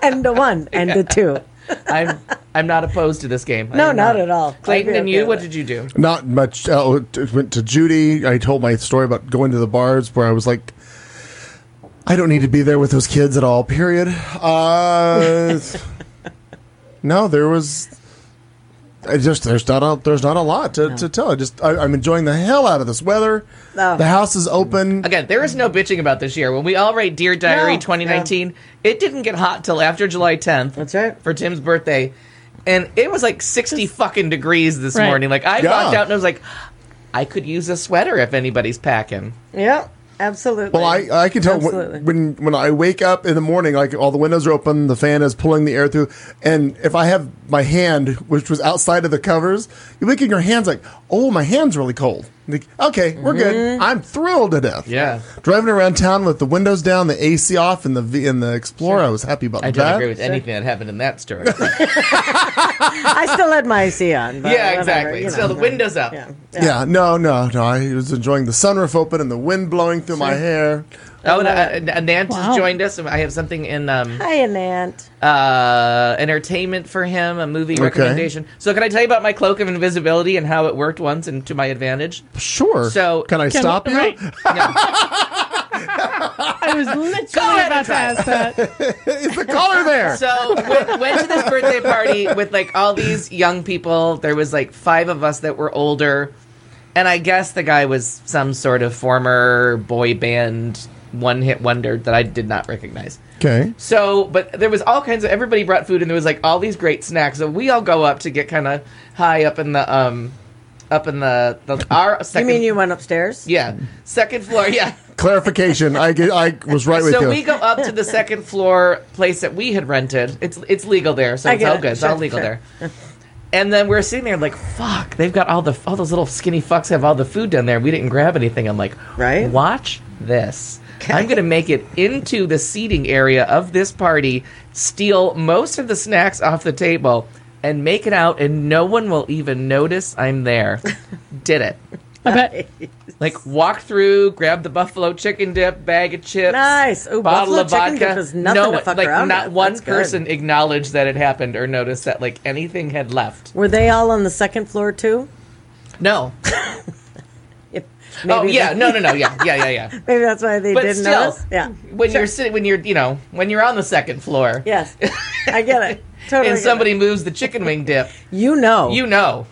E: and the one and the two.
F: I'm I'm not opposed to this game. I
E: No,
F: am
E: not at all.
F: Clayton
E: I'd be
F: and
E: okay
F: you,
E: with
F: what
E: it.
F: did you do?
C: Not much. Uh, it went to Judy. I told my story about going to the bars where I was like, I don't need to be there with those kids at all. Period. Uh, <laughs> no, there was. I just there's not a there's not a lot to, to tell. I just I, I'm enjoying the hell out of this weather.
E: No.
C: The house is open.
F: Again, there is no bitching about this year. When we all write Dear Diary
E: No,
F: 2019, it didn't get hot till after July 10th.
E: That's right.
F: For Tim's birthday. And it was like 60 fucking degrees this
D: Right.
F: morning. Like, I
C: Yeah.
F: walked out and I was like, I could use a sweater if anybody's packing.
E: Yeah, absolutely.
C: Well, I I can tell
E: Absolutely.
C: when, when when I wake up in the morning, like all the windows are open, the fan is pulling the air through, and if I have my hand, which was outside of the covers, you look at your hands like, oh, my hand's really cold. Like, okay, we're good. I'm thrilled to death.
F: Yeah.
C: driving around town with the windows down, the AC off, and the V in the Explorer, I was happy about
F: I don't
C: that.
F: agree with anything that happened in that story.
E: <laughs>
F: <laughs>
E: I still had my AC on. But
F: yeah,
E: whatever,
F: exactly.
E: you
F: So the
E: know.
F: window's up.
E: Yeah.
C: yeah, no, no, no. I was enjoying the sunroof open and the wind blowing through my hair.
F: Oh, and, uh, and and Nant
D: Wow.
F: has joined us. I have something in um,
E: Hi, Anant.
F: uh, entertainment for him, a movie recommendation. So, can I tell you about my cloak of invisibility and how it worked once and to my advantage?
C: Sure.
F: So-
C: can I
D: Can we-
C: stop
F: <laughs>
C: you?
D: right. <laughs> I was literally about to
F: <laughs>
D: ask that.
C: <laughs> Is the collar there?
F: So went, went to this birthday party with like all these young people. There was like five of us that were older, and I guess the guy was some sort of former boy band one hit wonder that I did not recognize.
C: okay.
F: So, but there was all kinds of everybody brought food, and there was like all these great snacks. So we all go up to get kind of high up in the um, up in the, the our
E: You
F: second.
E: mean you went upstairs?
F: Yeah, second floor. Yeah.
C: Clarification. I get, I was right with
F: so
C: you.
F: we go up to the second floor place that we had rented. It's it's legal there, so
E: I
F: it's
E: get
F: all
E: it.
F: good. It's
E: Sure,
F: all legal
E: sure.
F: there. And then we're sitting there like, fuck, they've got all the all those little skinny fucks have all the food down there. We didn't grab anything. I'm like,
E: Right.
F: Watch this. I'm gonna make it into the seating area of this party, steal most of the snacks off the table, and make it out, and no one will even notice I'm
E: <laughs>
F: there. Did it.
D: I bet.
F: Like walk through, grab the buffalo chicken dip, bag of chips,
E: Nice. Ooh,
F: bottle
E: buffalo
F: of
E: chicken
F: vodka.
E: dip is nothing
F: no,
E: to
F: one-
E: fuck
F: like
E: around
F: not
E: with.
F: one
E: That's good.
F: person acknowledged that it happened or noticed that like anything had left.
E: Were they all on the second floor too?
F: No.
E: If-
F: oh yeah,
E: they-
F: no, no, no, yeah, yeah, yeah,
E: <laughs>
F: yeah.
E: Maybe that's why they
F: But
E: didn't
F: still,
E: notice. Yeah.
F: When you're sitting, when you're, you know, when you're on the second floor,
E: Yes. I get it. Totally.
F: <laughs>
E: get
F: and
E: it.
F: somebody moves the chicken wing dip,
E: you know,
F: you
E: <laughs>
F: know,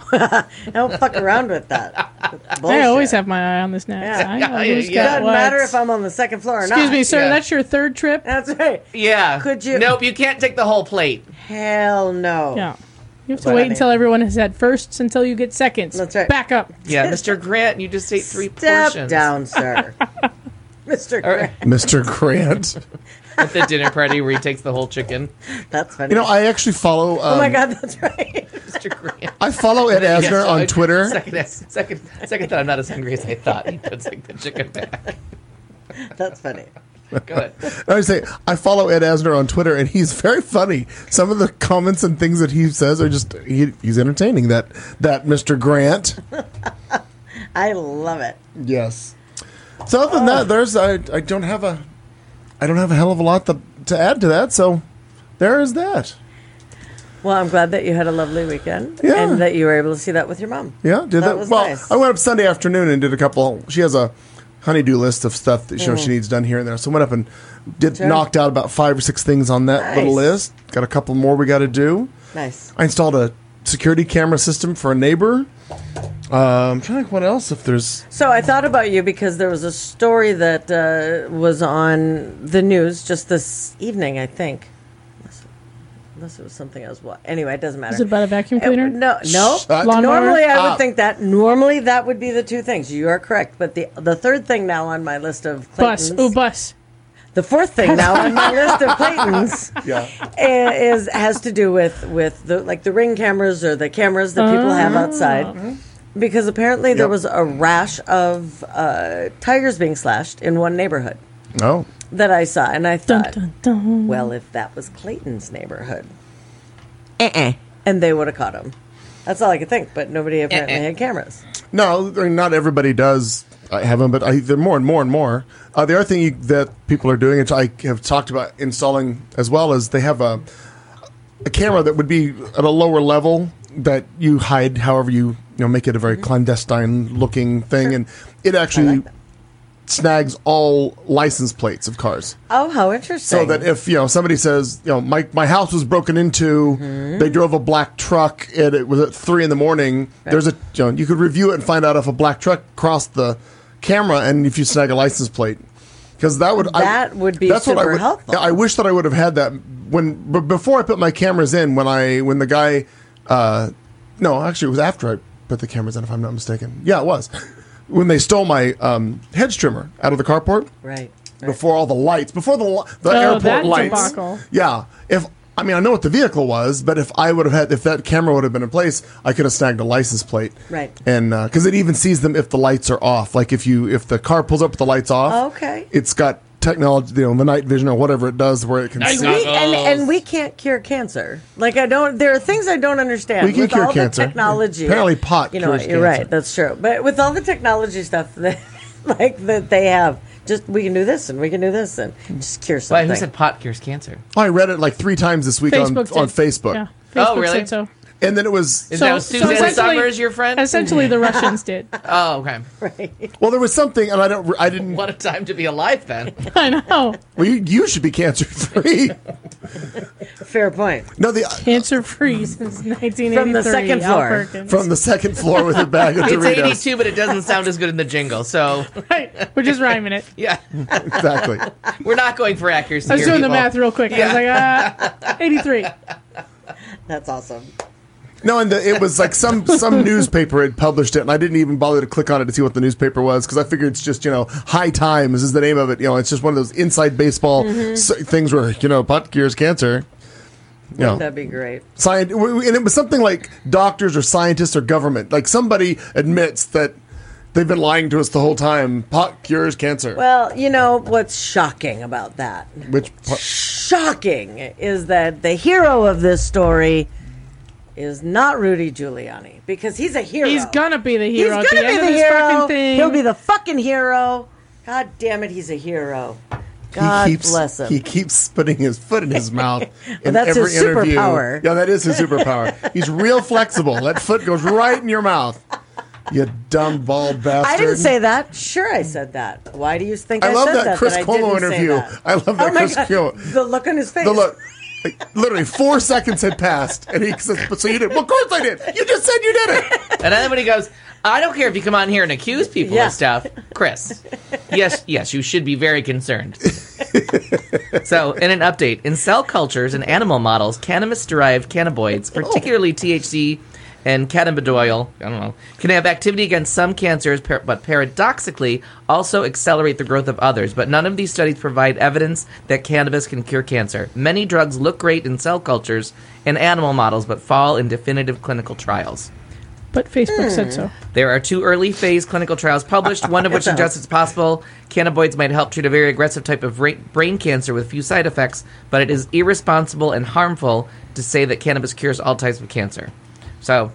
E: don't fuck around
F: <laughs>
E: with that. It's
D: I always
E: bullshit.
D: have my eye on this next.
E: Yeah.
D: I
F: Oh, Yeah,
D: know who's
F: yeah.
D: got
E: Doesn't
D: what.
E: matter if I'm on the second floor or not.
D: Excuse me, sir.
F: Yeah.
D: That's your third trip.
E: That's right.
F: yeah.
E: Could you-
F: Nope, you can't take the whole plate.
E: Hell no.
D: Yeah. You have to
E: But I
D: wait
E: mean-
D: until everyone has had firsts until you get seconds.
E: That's right.
D: Back up.
E: <laughs>
F: Yeah, Mr. Grant, you just ate three
E: Step
F: portions <laughs>
C: <laughs>
E: down, sir. Mr. Grant.
C: Mr. Grant.
F: at the dinner party where he takes the whole chicken. <laughs>
E: That's funny.
C: You know, I actually follow. Um,
E: oh my God, that's right. <laughs>
F: Mr. Grant.
C: I follow Ed
F: <laughs>
C: Asner
F: Yes,
C: on
F: I-
C: Twitter.
F: Second, second, second thought, I'm not as hungry as I thought. He puts like, the chicken back.
E: That's funny.
F: Good.
C: I say I follow Ed Asner on Twitter, and he's very funny. Some of the comments and things that he says are just he, he's entertaining. That that Mr. Grant.
E: I love it.
C: Yes. So other than that, there's I, I don't have a I don't have a hell of a lot to, to add to that. So there is that.
E: Well, I'm glad that you had a lovely weekend
C: Yeah.
E: and that you were able to see that with your mom.
C: Yeah, did that.
E: that, was
C: well,
E: nice.
C: I went up Sunday afternoon and did a couple. She has a honeydew list of stuff that you
E: Mm.
C: know, she needs done here and there. So I went up and did
E: Sure.
C: knocked out about five or six things on that little
E: Nice.
C: list. Got a couple more we got to do.
E: nice.
C: I installed a security camera system for a neighbor. Uh, I'm trying to think what else if there's
E: So I thought about you because there was a story that uh, was on the news just this evening, I think. Unless- Unless it was something else. Well, anyway, it doesn't matter.
D: Is it about a vacuum
E: It-
D: cleaner?
E: no, no.
C: Shut
D: Lawnmower?
E: Normally, I would
C: up.
E: think that. Normally, that would be the two things. You are correct, but the the third thing now on my list of
D: Bus.
E: Clayton's,
D: Oh, bus.
E: the fourth thing now on my list of Clayton's
C: <laughs> yeah.
E: i- is has to do with with the like the ring cameras or the cameras that people have outside. Because apparently there
C: Oh. Yep.
E: was a rash of uh, tires being slashed in one neighborhood
C: Oh,
E: that I saw, and I
D: Dun,
E: thought,
D: dun, dun.
E: well, if that was Clayton's neighborhood, and they would have caught him. That's all I could think, but nobody apparently had cameras.
C: No, I mean, not everybody does uh, have them, but I, they're more and more and more. Uh, the other thing you, that people are doing, which I have talked about installing as well, is they have a a camera that would be at a lower level that you hide, however you you know make it a very clandestine looking thing, and it actually snags all license plates of cars.
E: Oh, how interesting!
C: So that if you know somebody says you know my my house was broken into,
E: Mm-hmm.
C: they drove a black truck and it was at three in the morning. There's a you, know, you could review it and find out if a black truck crossed the camera and if you snag a license plate because that would
E: That would be
C: I
E: super
C: would,
E: helpful.
C: I wish that I would have had that when b- before I put my cameras in when I when the guy uh, no actually it was after I put the cameras in if I'm not mistaken yeah it was <laughs> when they stole my um, hedge trimmer out of the carport
E: right.
C: before all the lights, before the li- the
D: Oh,
C: airport
D: that
C: lights.
D: debacle.
C: Yeah, if I mean I know what the vehicle was, but if I would have had if that camera would have been in place, I could have snagged a license plate.
E: Right.
C: And because it even sees them if the lights are off, like if you if the car pulls up with the lights off.
E: Okay.
C: It's got technology, you know, the night vision or whatever it does, where it can. see.
E: We, and, and we can't cure cancer. Like I don't. There are things I don't understand.
C: We can
E: with
C: cure
E: all
C: cancer.
E: The technology.
C: Apparently pot
E: You know,
C: cures
E: you're
C: cancer.
E: right. That's true. But with all the technology stuff that, <laughs> like that they have, just we can do this and we can do this and just cure
F: Why?
E: something.
F: Who said pot cures cancer?
C: I read it like three times this week on,
D: Facebook.
C: on
D: did.
C: Facebook,
D: Yeah. Facebook
F: Oh, really?
D: said so.
C: and then it was
F: Is
D: So-
F: that
D: so
F: Susan
D: essentially-
F: Summers your friend?
D: Essentially, the Russians did.
F: oh, okay.
C: well, there was something, and I don't, I didn't.
F: What a time to be alive then.
D: I know.
C: Well, you, you should be cancer free.
E: Fair
C: <laughs>
E: point.
C: no, the
D: Cancer free since 1983.
E: second
D: Al
E: floor.
D: Perkins.
C: from the second floor with a bag of
F: It's
C: Doritos.
F: 82, but it doesn't sound as good in the jingle. So,
D: right. We're just rhyming it.
F: yeah,
C: Exactly.
F: we're not going for accuracy.
D: I was
F: here,
D: doing the
F: people.
D: math real quick. I was like, uh, 83.
E: That's awesome.
C: No, and the, it was like some some newspaper had published it, and I didn't even bother to click on it to see what the newspaper was because I figured it's just you know High Times is the name of it. You know, it's just one of those inside baseball s things where you know pot cures cancer. You know,
E: That'd be great.
C: sci- w- w- and it was something like doctors or scientists or government. Like somebody admits that they've been lying to us the whole time. Pot cures cancer.
E: Well, you know what's shocking about that?
C: which pa-
E: Shocking is that the hero of this story is not Rudy Giuliani because he's a hero.
D: He's gonna be the
E: He's
D: hero
E: gonna
D: at the end
E: be
D: of
E: the
D: this
E: hero.
D: fucking thing.
E: He'll be the fucking hero. God damn it, he's a hero. God
C: he keeps
E: bless him.
C: he keeps putting his foot in
E: <laughs>
C: his mouth in
E: that's
C: every
E: his
C: interview.
E: superpower.
C: Yeah, that is his superpower. He's real flexible. That foot goes right in your mouth. You dumb bald bastard.
E: I didn't say that. Sure, I said that. Why do you think I,
C: I love
E: said
C: that Chris
E: I
C: Cuomo
E: didn't say
C: interview.
E: that?
C: I love that
E: oh my
C: Chris
E: God.
C: Cuomo.
E: The look on his face.
C: The look. like, literally four seconds had passed, and he says, "But so you did? Well, of course I did. You just said you did it.
F: And then when he goes, I don't care if you come on here and accuse people
E: Yeah.
F: of stuff, Chris. Yes, yes, you should be very concerned. so, in an update, in cell cultures and animal models, cannabis-derived cannabinoids, particularly THC and cannabidiol, I don't know, can have activity against some cancers, par- but paradoxically also accelerate the growth of others. But none of these studies provide evidence that cannabis can cure cancer. Many drugs look great in cell cultures and animal models, but fall in definitive clinical trials.
D: but Facebook said so.
F: There are two early phase clinical trials published, one
E: <laughs>
F: of which suggests it's possible cannabinoids might help treat a very aggressive type of ra- brain cancer with few side effects, but it is irresponsible and harmful to say that cannabis cures all types of cancer. So,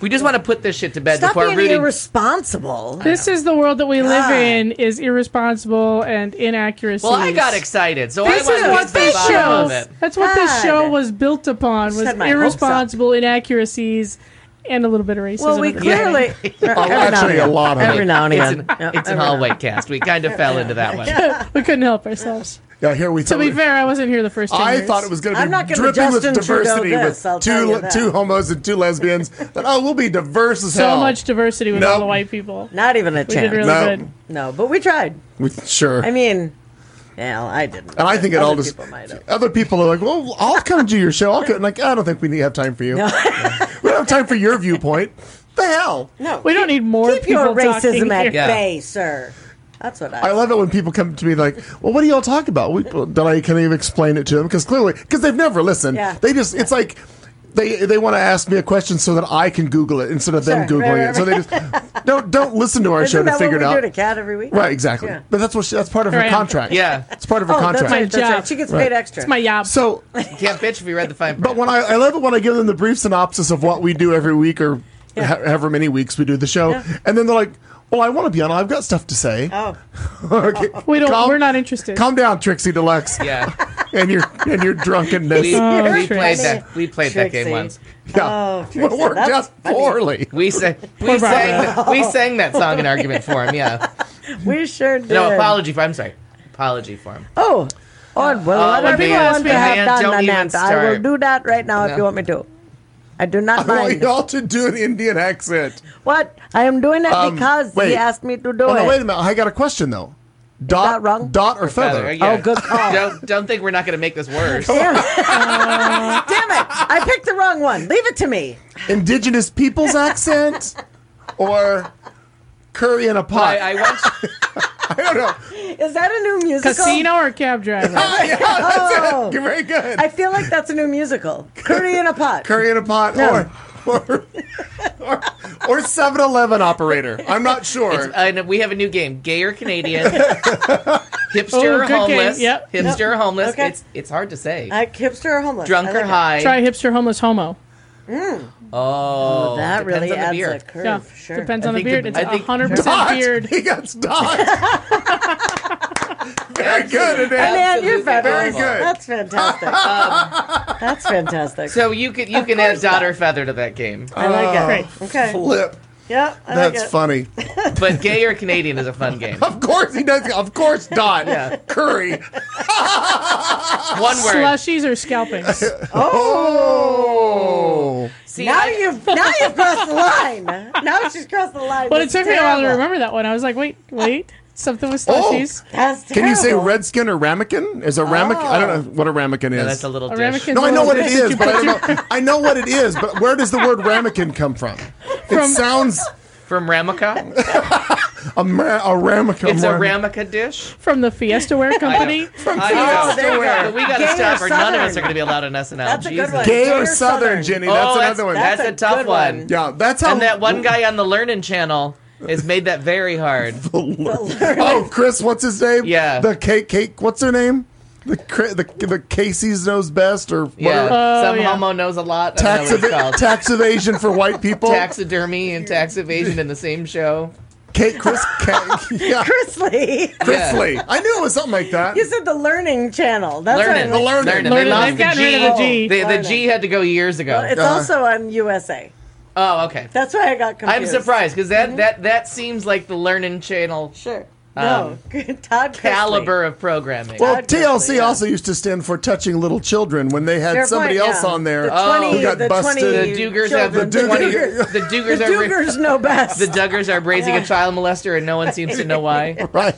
F: we just want to put this shit to bed
E: Stop
F: before
E: being
F: reading.
E: irresponsible.
D: This is the world that we live in is irresponsible and inaccuracy.
F: well, I got excited, so I want
D: This is
F: to get
D: what
F: to the
D: this
F: bottom of
D: show.
F: it.
D: That's what this
E: God.
D: show was built upon was
E: had my hopes
D: irresponsible inaccuracies and a little bit of racism.
E: well, we
D: at the beginning.
E: clearly
C: <laughs> actually, a lot of it.
E: every now and
F: It's
E: again.
F: an,
E: Yeah,
F: it's an
E: every now and
F: hallway cast. We kind
E: <laughs>
F: of fell into that one.
D: <laughs> <laughs> we couldn't help ourselves.
C: Yeah, here we
D: To be fair, I wasn't here the first. 10
C: I
D: years.
C: thought it was going
E: I'm
C: to
E: not
C: be
E: gonna
C: dripping with
E: Justin Trudeau
C: diversity
E: this, I'll
C: with
E: tell you
C: two
E: that.
C: two homos and two lesbians. That oh, we'll be diverse as
D: so
C: hell.
D: much diversity with
C: Nope.
D: all the white people.
E: Not even a
D: We did
E: chance.
D: really
C: No.
D: good.
E: No, but we tried.
C: We- sure.
E: I mean, well, I didn't.
C: and I think it all
E: Other
C: just
E: people might have.
C: other people are like, well, I'll come to your show. I'll come. Like, I don't think we need to have time for you. <laughs> we don't have time for your viewpoint. The hell!
E: No,
D: We don't need more
E: keep
D: people
E: your racism
D: talking
E: at
D: here.
F: Yeah.
E: bay, sir. That's what I.
C: I love it when people come to me like, "Well, what do y'all talk about?" We, that I can even explain it to them because clearly, because they've never listened.
E: Yeah.
C: They just it's like they they want to ask me a question so that I can Google it instead of them
E: Sure.
C: googling
E: Right,
C: it. So they just don't don't listen to our show
E: Isn't
C: to
E: that
C: figure
E: what
C: it
E: we do
C: out.
E: to Cat every week?
C: Right, exactly.
E: Yeah.
C: But that's what she, that's part of her
D: Right.
C: contract.
F: Yeah.
C: it's part of her
E: Oh,
C: contract.
E: that's right. That's
D: job.
E: right. She gets
C: Right.
E: paid extra.
D: It's my job.
C: So,
F: Can't bitch if we read the fine print.
C: but when I, I love it when I give them the brief synopsis of what we do every week or ho- however many weeks we do the show, and then they're like, "Well, I want to be on. I've got stuff to say."
E: oh,
C: <laughs> Okay,
D: we don't.
C: calm-
D: we're not interested.
C: Calm down, Trixie Deluxe,
F: yeah.
C: <laughs> and your and your
E: <laughs>
C: drunkenness.
F: We,
D: Oh,
F: we played
D: Trixie.
F: that. We played that game
E: Trixie.
F: once.
C: Yeah.
E: Oh, Trixie,
C: <laughs> we're
E: that's
C: just
E: funny.
C: poorly.
F: We sang. We
D: Barbara.
E: <laughs>
F: sang. We sang that song in argument form. Yeah.
E: we sure did.
F: No apology for. I'm sorry. Apology for him.
E: Oh, on well, whatever
F: man,
E: you want to
F: man,
E: have done,
F: don't even
E: Anant, I will
F: start.
E: do that right now
F: No.
E: if you want me to. I
C: <laughs>
E: do not
C: I want
E: mind.
C: y'all to do an Indian accent.
E: What I am doing it
C: Um,
E: because
C: wait.
E: he asked me to do
C: Oh, no,
E: it.
C: wait a minute. I got a question though. Dot
E: that wrong?
C: dot or feather?
F: Yeah.
E: Oh, good call.
F: Don't don't think we're not going to make this worse.
E: Damn it! Damn it! I picked the wrong one. Leave it to me.
C: Indigenous
E: <laughs>
C: people's accent or curry in a pot?
F: I, I
C: <laughs> I,
F: want.
C: don't know.
E: Is that a new musical?
D: Casino or cab driver?
C: Ah, yeah, that's
E: Oh.
C: it. You're very good.
E: I feel like that's a new musical. Curry in a pot.
C: curry in a pot
E: No.
C: or or or Seven Eleven operator. I'm not sure.
F: And we have a new game: gay or
E: <laughs>
F: Canadian, hipster
D: Oh,
F: or
D: good game.
F: homeless,
D: Yep.
F: hipster or homeless.
E: Okay.
F: It's it's hard to say.
E: I hipster or homeless.
F: Drunk
E: I
F: or
E: like it.
F: high.
D: Try hipster homeless homo.
F: Oh,
E: That
F: depends
E: really
F: on the
E: adds
F: beer.
E: a curve.
D: Yeah,
E: Sure.
D: depends
F: I
D: on the
F: think
D: beard.
F: the-
D: It's
F: I think-
D: hundred
C: Dot.
D: percent beard.
C: He got dot. <laughs> very good.
E: Oh, Man,
C: Annette.
E: you're
F: Absolutely
E: fabulous.
C: Very good.
E: That's fantastic. Um, That's fantastic.
F: So you can you can add dot or feather to that
E: <laughs>
F: game,
E: I like it.
D: Great.
E: Okay.
C: Flip.
E: Yeah, I
C: That's
E: like
C: funny.
E: it.
F: but gay or Canadian is a fun game.
C: Of course he does. Of course, Don.
F: Yeah.
C: Curry.
F: One word.
D: Slushies or
C: <laughs>
D: scalpings?
C: Oh.
F: See,
E: Now
F: I-
E: you've now you've crossed the line. Now she's crossed the line.
D: But it took
E: That's
D: me a while to
E: terrible.
D: remember that one. I was like, wait, wait, something with
C: Oh.
D: slushies.
E: That's
C: Can you say
E: terrible.
C: redskin or ramekin? Is a ramekin? I don't know what a ramekin is.
F: No, that's a little
D: A
F: dish.
D: ramekin's
C: no, I
D: one
C: know
D: of
C: what
D: those
C: it
D: things
C: is,
D: that you
C: but I
D: put
C: don't know. I know what it is, but where does the word ramekin come from? it
D: From-
C: sounds
F: From Ramica?
C: a, ma- a ramekin.
F: It's a
C: ra-
F: Ramica dish?
D: from the
C: <laughs>
D: Fiesta Ware Company.
F: I know.
E: there you go.
F: But we got to
E: Gay or
F: stop or none of us are
E: Southern?
F: going to be allowed on SNL.
E: That's a good
F: Jesus.
E: one.
C: Gay
E: Gay
C: or
E: or
C: southern,
E: Southern.
C: Jenny?
F: Oh,
C: That's another one.
F: That's,
E: That's
F: a
E: a
F: tough
E: good
F: one.
E: one.
C: yeah, that's how.
F: And that one guy on the Learning Channel has made that very <laughs> hard.
C: <laughs>
E: <laughs>
C: Oh, Chris, what's his name?
F: Yeah.
C: The cake, cake. What's her name? The Cri- the the Casey's knows best or
F: Yeah.
C: whatever.
F: Some
D: yeah.
F: homo knows a lot. I don't
C: Tax,
F: know what it's
C: eva-
F: called.
C: tax evasion for white people.
F: Taxidermy and tax evasion in the same show.
C: Kate, Chris, Ka- <laughs> yeah,
E: Chris Lee.
C: Chris Lee. I knew it was something like that.
E: You said the learning channel. That's what I
F: Learning.
E: meant.
C: Learning.
F: Learning. They
D: Learning.
F: lost
D: They've
F: the
D: gotten
F: G.
D: rid of the G.
F: They- the G had to go years ago.
C: Oh,
E: It's
C: uh-huh.
E: also on USA.
F: Oh, okay.
E: That's why I got
F: I'm
E: confused.
F: surprised because that, that, that seems like the Learning Channel
E: Sure. No. Todd Chrisley.
F: caliber of programming.
C: well,
E: Todd Chrisley,
C: TLC
E: yeah.
C: also used to stand for touching little children when they had
E: Fair
C: somebody
E: point,
C: else
E: yeah.
C: on there
E: The 20
C: who got
E: the
C: busted.
E: 20
F: the Dugars have the,
E: children.
C: The
F: twenty.
C: Dugers.
F: The
E: The
F: Dugers are
E: Dugers know best.
F: the Duggars are raising a child molester, and no one seems to know
C: <laughs>
F: why.
C: <laughs> Right.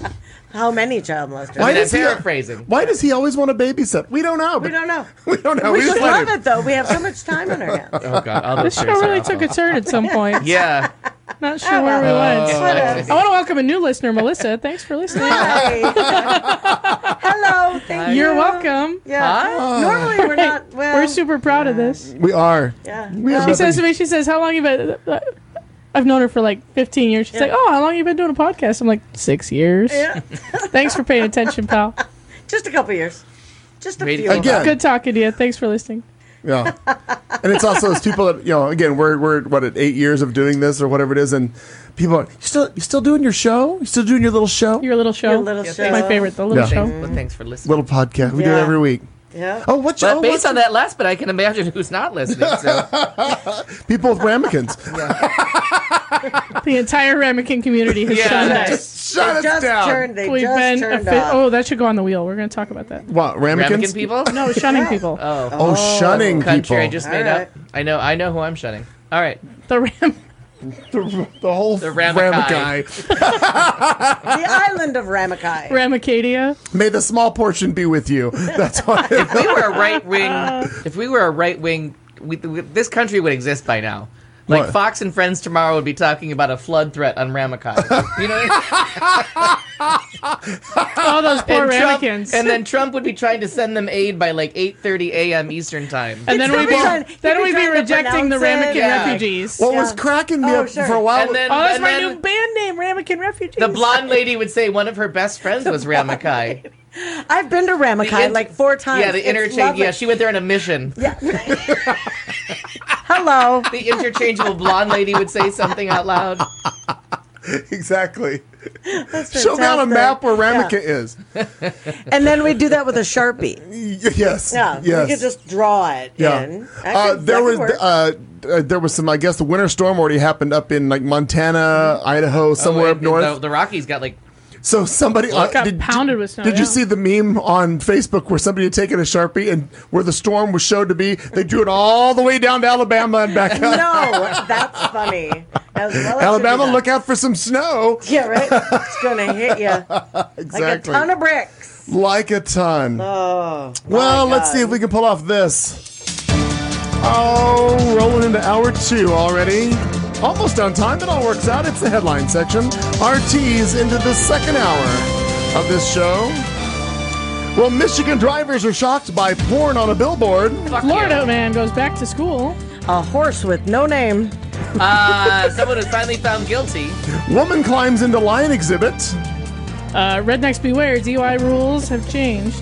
E: How many child molesters?
C: Why
F: I'm
C: does he? uh,
F: paraphrasing.
C: <laughs> Why does he always want to babysit? We don't know.
E: We don't know.
C: <laughs> We don't know. Oh, We
E: We
C: just
E: should
C: let
E: love
C: him.
E: it though. We have so much time on
C: <laughs>
E: our hands.
F: Oh god, all those
D: This show
F: shows are
D: really
F: awful.
D: took a turn at some point.
F: Yeah,
D: Not sure where
C: Uh,
D: we
F: Oh,
D: went.
F: I see.
D: I want to welcome a new listener, Melissa. Thanks for listening.
E: Hi. Hello. Thank you.
D: You're welcome.
E: Yeah.
F: Huh?
D: <laughs>
E: Normally we're not. Well,
D: We're super proud of this.
C: We are.
E: Yeah.
C: We have
D: She
C: nothing-
D: says to me, she says, how long you been? I've known her for like 15 years. She's like, "Oh, how long you been doing a podcast?" I'm like, six years."
E: Yeah.
D: Thanks for paying
C: <laughs>
D: attention, pal.
E: Just a couple years. Just a
F: Wait,
E: few.
C: Again.
D: Good talking to you. Thanks for listening.
C: Yeah. And it's also those people that you know. Again, we're we're what at eight years of doing this or whatever it is, and people are you still you still doing your show? You still doing your little show,
D: Your little show.
E: Your little
F: Yeah,
E: show.
D: my favorite. The little
C: Yeah.
D: show.
F: But thanks for listening.
C: little podcast? We do it
E: Yeah.
C: every week.
E: Yeah.
C: Oh, what
F: but
C: show?
F: based on that last bit, I can imagine who's not listening.
C: <laughs>
F: So
C: people
F: <laughs>
C: with ramekins.
D: The entire Ramekin community has
F: Yeah,
D: shunned
F: nice.
D: us.
C: Shut
E: they
C: us
E: just
C: down.
E: turned. They
D: We've
E: just
D: been
E: turned
D: offi-
E: off.
D: oh, that should go on the wheel. We're going to talk about that.
C: What ramekins?
F: Ramekin people?
D: No, shunning
F: <laughs>
D: people.
F: Oh,
C: Oh, shunning
F: country
C: people.
F: I just made
E: Alright.
F: up. I know. I know who I'm shunning. All right.
D: The Ram.
C: the, the whole the
F: Ramekai.
E: the island of
D: <laughs>
E: Ramakai.
D: Ramacadia.
C: May the small portion be with you. That's why.
F: If we were a right wing, if we were a right wing, we, we, this country would exist by now. Like
C: What?
F: Fox and Friends tomorrow would be talking about a flood threat on Ramakai. You know,
D: All those poor
F: and, Trump,
D: Ramekins.
F: and then Trump would be trying to send them aid by like 8:30 a.m. Eastern time.
D: And then
E: He'd
D: we'd
E: be
D: be,
E: trying- he'd
D: then
E: be
D: we'd be
E: trying to
D: rejecting the
E: pronounce it.
D: Ramekin
F: <laughs> Yeah.
D: refugees.
C: What
D: Oh,
C: was cracking me
E: Oh,
C: up
E: sure.
C: for a while?
F: And then,
D: that's
F: and
D: my
F: then
D: new band name, Ramekin Refugees.
F: the blonde lady would say one of her best friends was
D: <laughs>
F: Ramakai.
E: I've been to Ramakai
F: The in-
E: like four times.
F: Yeah, the
E: It's
F: interchange.
E: lovely.
F: Yeah, she went there on a mission.
E: <laughs> Hello.
F: The interchangeable blonde lady would say something out loud.
C: <laughs> exactly. Show me on a
E: fantastic.
C: map where
E: Yeah.
C: ramekin is.
E: And then we do that with a sharpie.
C: Y- yes.
E: Yeah.
C: Yes.
E: We could just draw it
C: Yeah.
E: in. That
C: Uh,
E: could-
C: there
E: that could
C: was
E: work.
C: uh, uh, there was some. I guess the winter storm already happened up in like Montana,
E: Mm-hmm.
C: Idaho, <laughs> somewhere
F: Oh,
C: up
F: and
C: north.
F: The, the Rockies got like
C: so somebody uh,
D: got
C: did,
D: pounded with snow.
C: did you
D: yeah.
C: see the meme on Facebook where somebody had taken a sharpie and where the storm was showed to be? They drew it all the way down to Alabama and back up. <laughs>
E: no, that's funny. As well as
C: Alabama,
E: should be
C: look
E: done.
C: out for some snow.
E: Yeah, right. It's gonna hit you like a
C: Exactly.
E: ton of bricks.
C: Like a ton.
E: Oh,
C: well,
E: my
C: let's see
E: God.
C: if we can pull off this. Oh, rolling into hour two already. Almost on time. It all works out. It's the headline section. RT's into the second hour of this show. Well, Michigan drivers are shocked by porn on a billboard.
F: fuck you.
D: Florida man goes back to school.
E: a horse with no name.
F: Uh, someone was finally found guilty.
C: Woman climbs into lion exhibit.
D: Uh, rednecks beware. DUI rules have changed.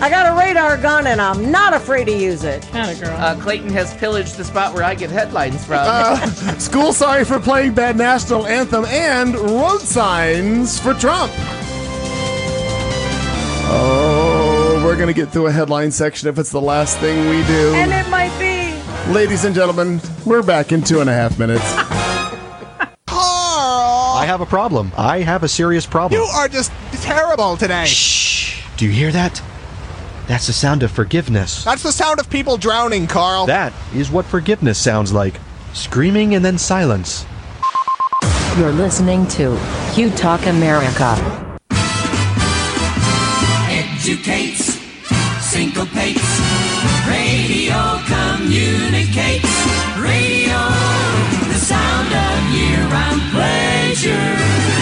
E: I got a radar gun and I'm not afraid to use it.
D: Kind of girl.
F: Uh, Clayton has pillaged the spot where I get headlines from.
D: Oh,
C: School sorry for playing bad national anthem and road signs for Trump. Oh, we're going to get through a headline section if it's the last thing we do.
E: And it might be.
C: Ladies and gentlemen, we're back in two and a half minutes.
G: I have a problem. I have a serious problem.
H: You are just terrible today.
G: Shh! Do you hear that? That's the sound of forgiveness.
H: That's the sound of people drowning, Carl.
G: That is what forgiveness sounds like screaming and then silence.
I: You're listening to You Talk America.
A: educates, syncopates, radio communicates, radio, the sound of year-round pleasure.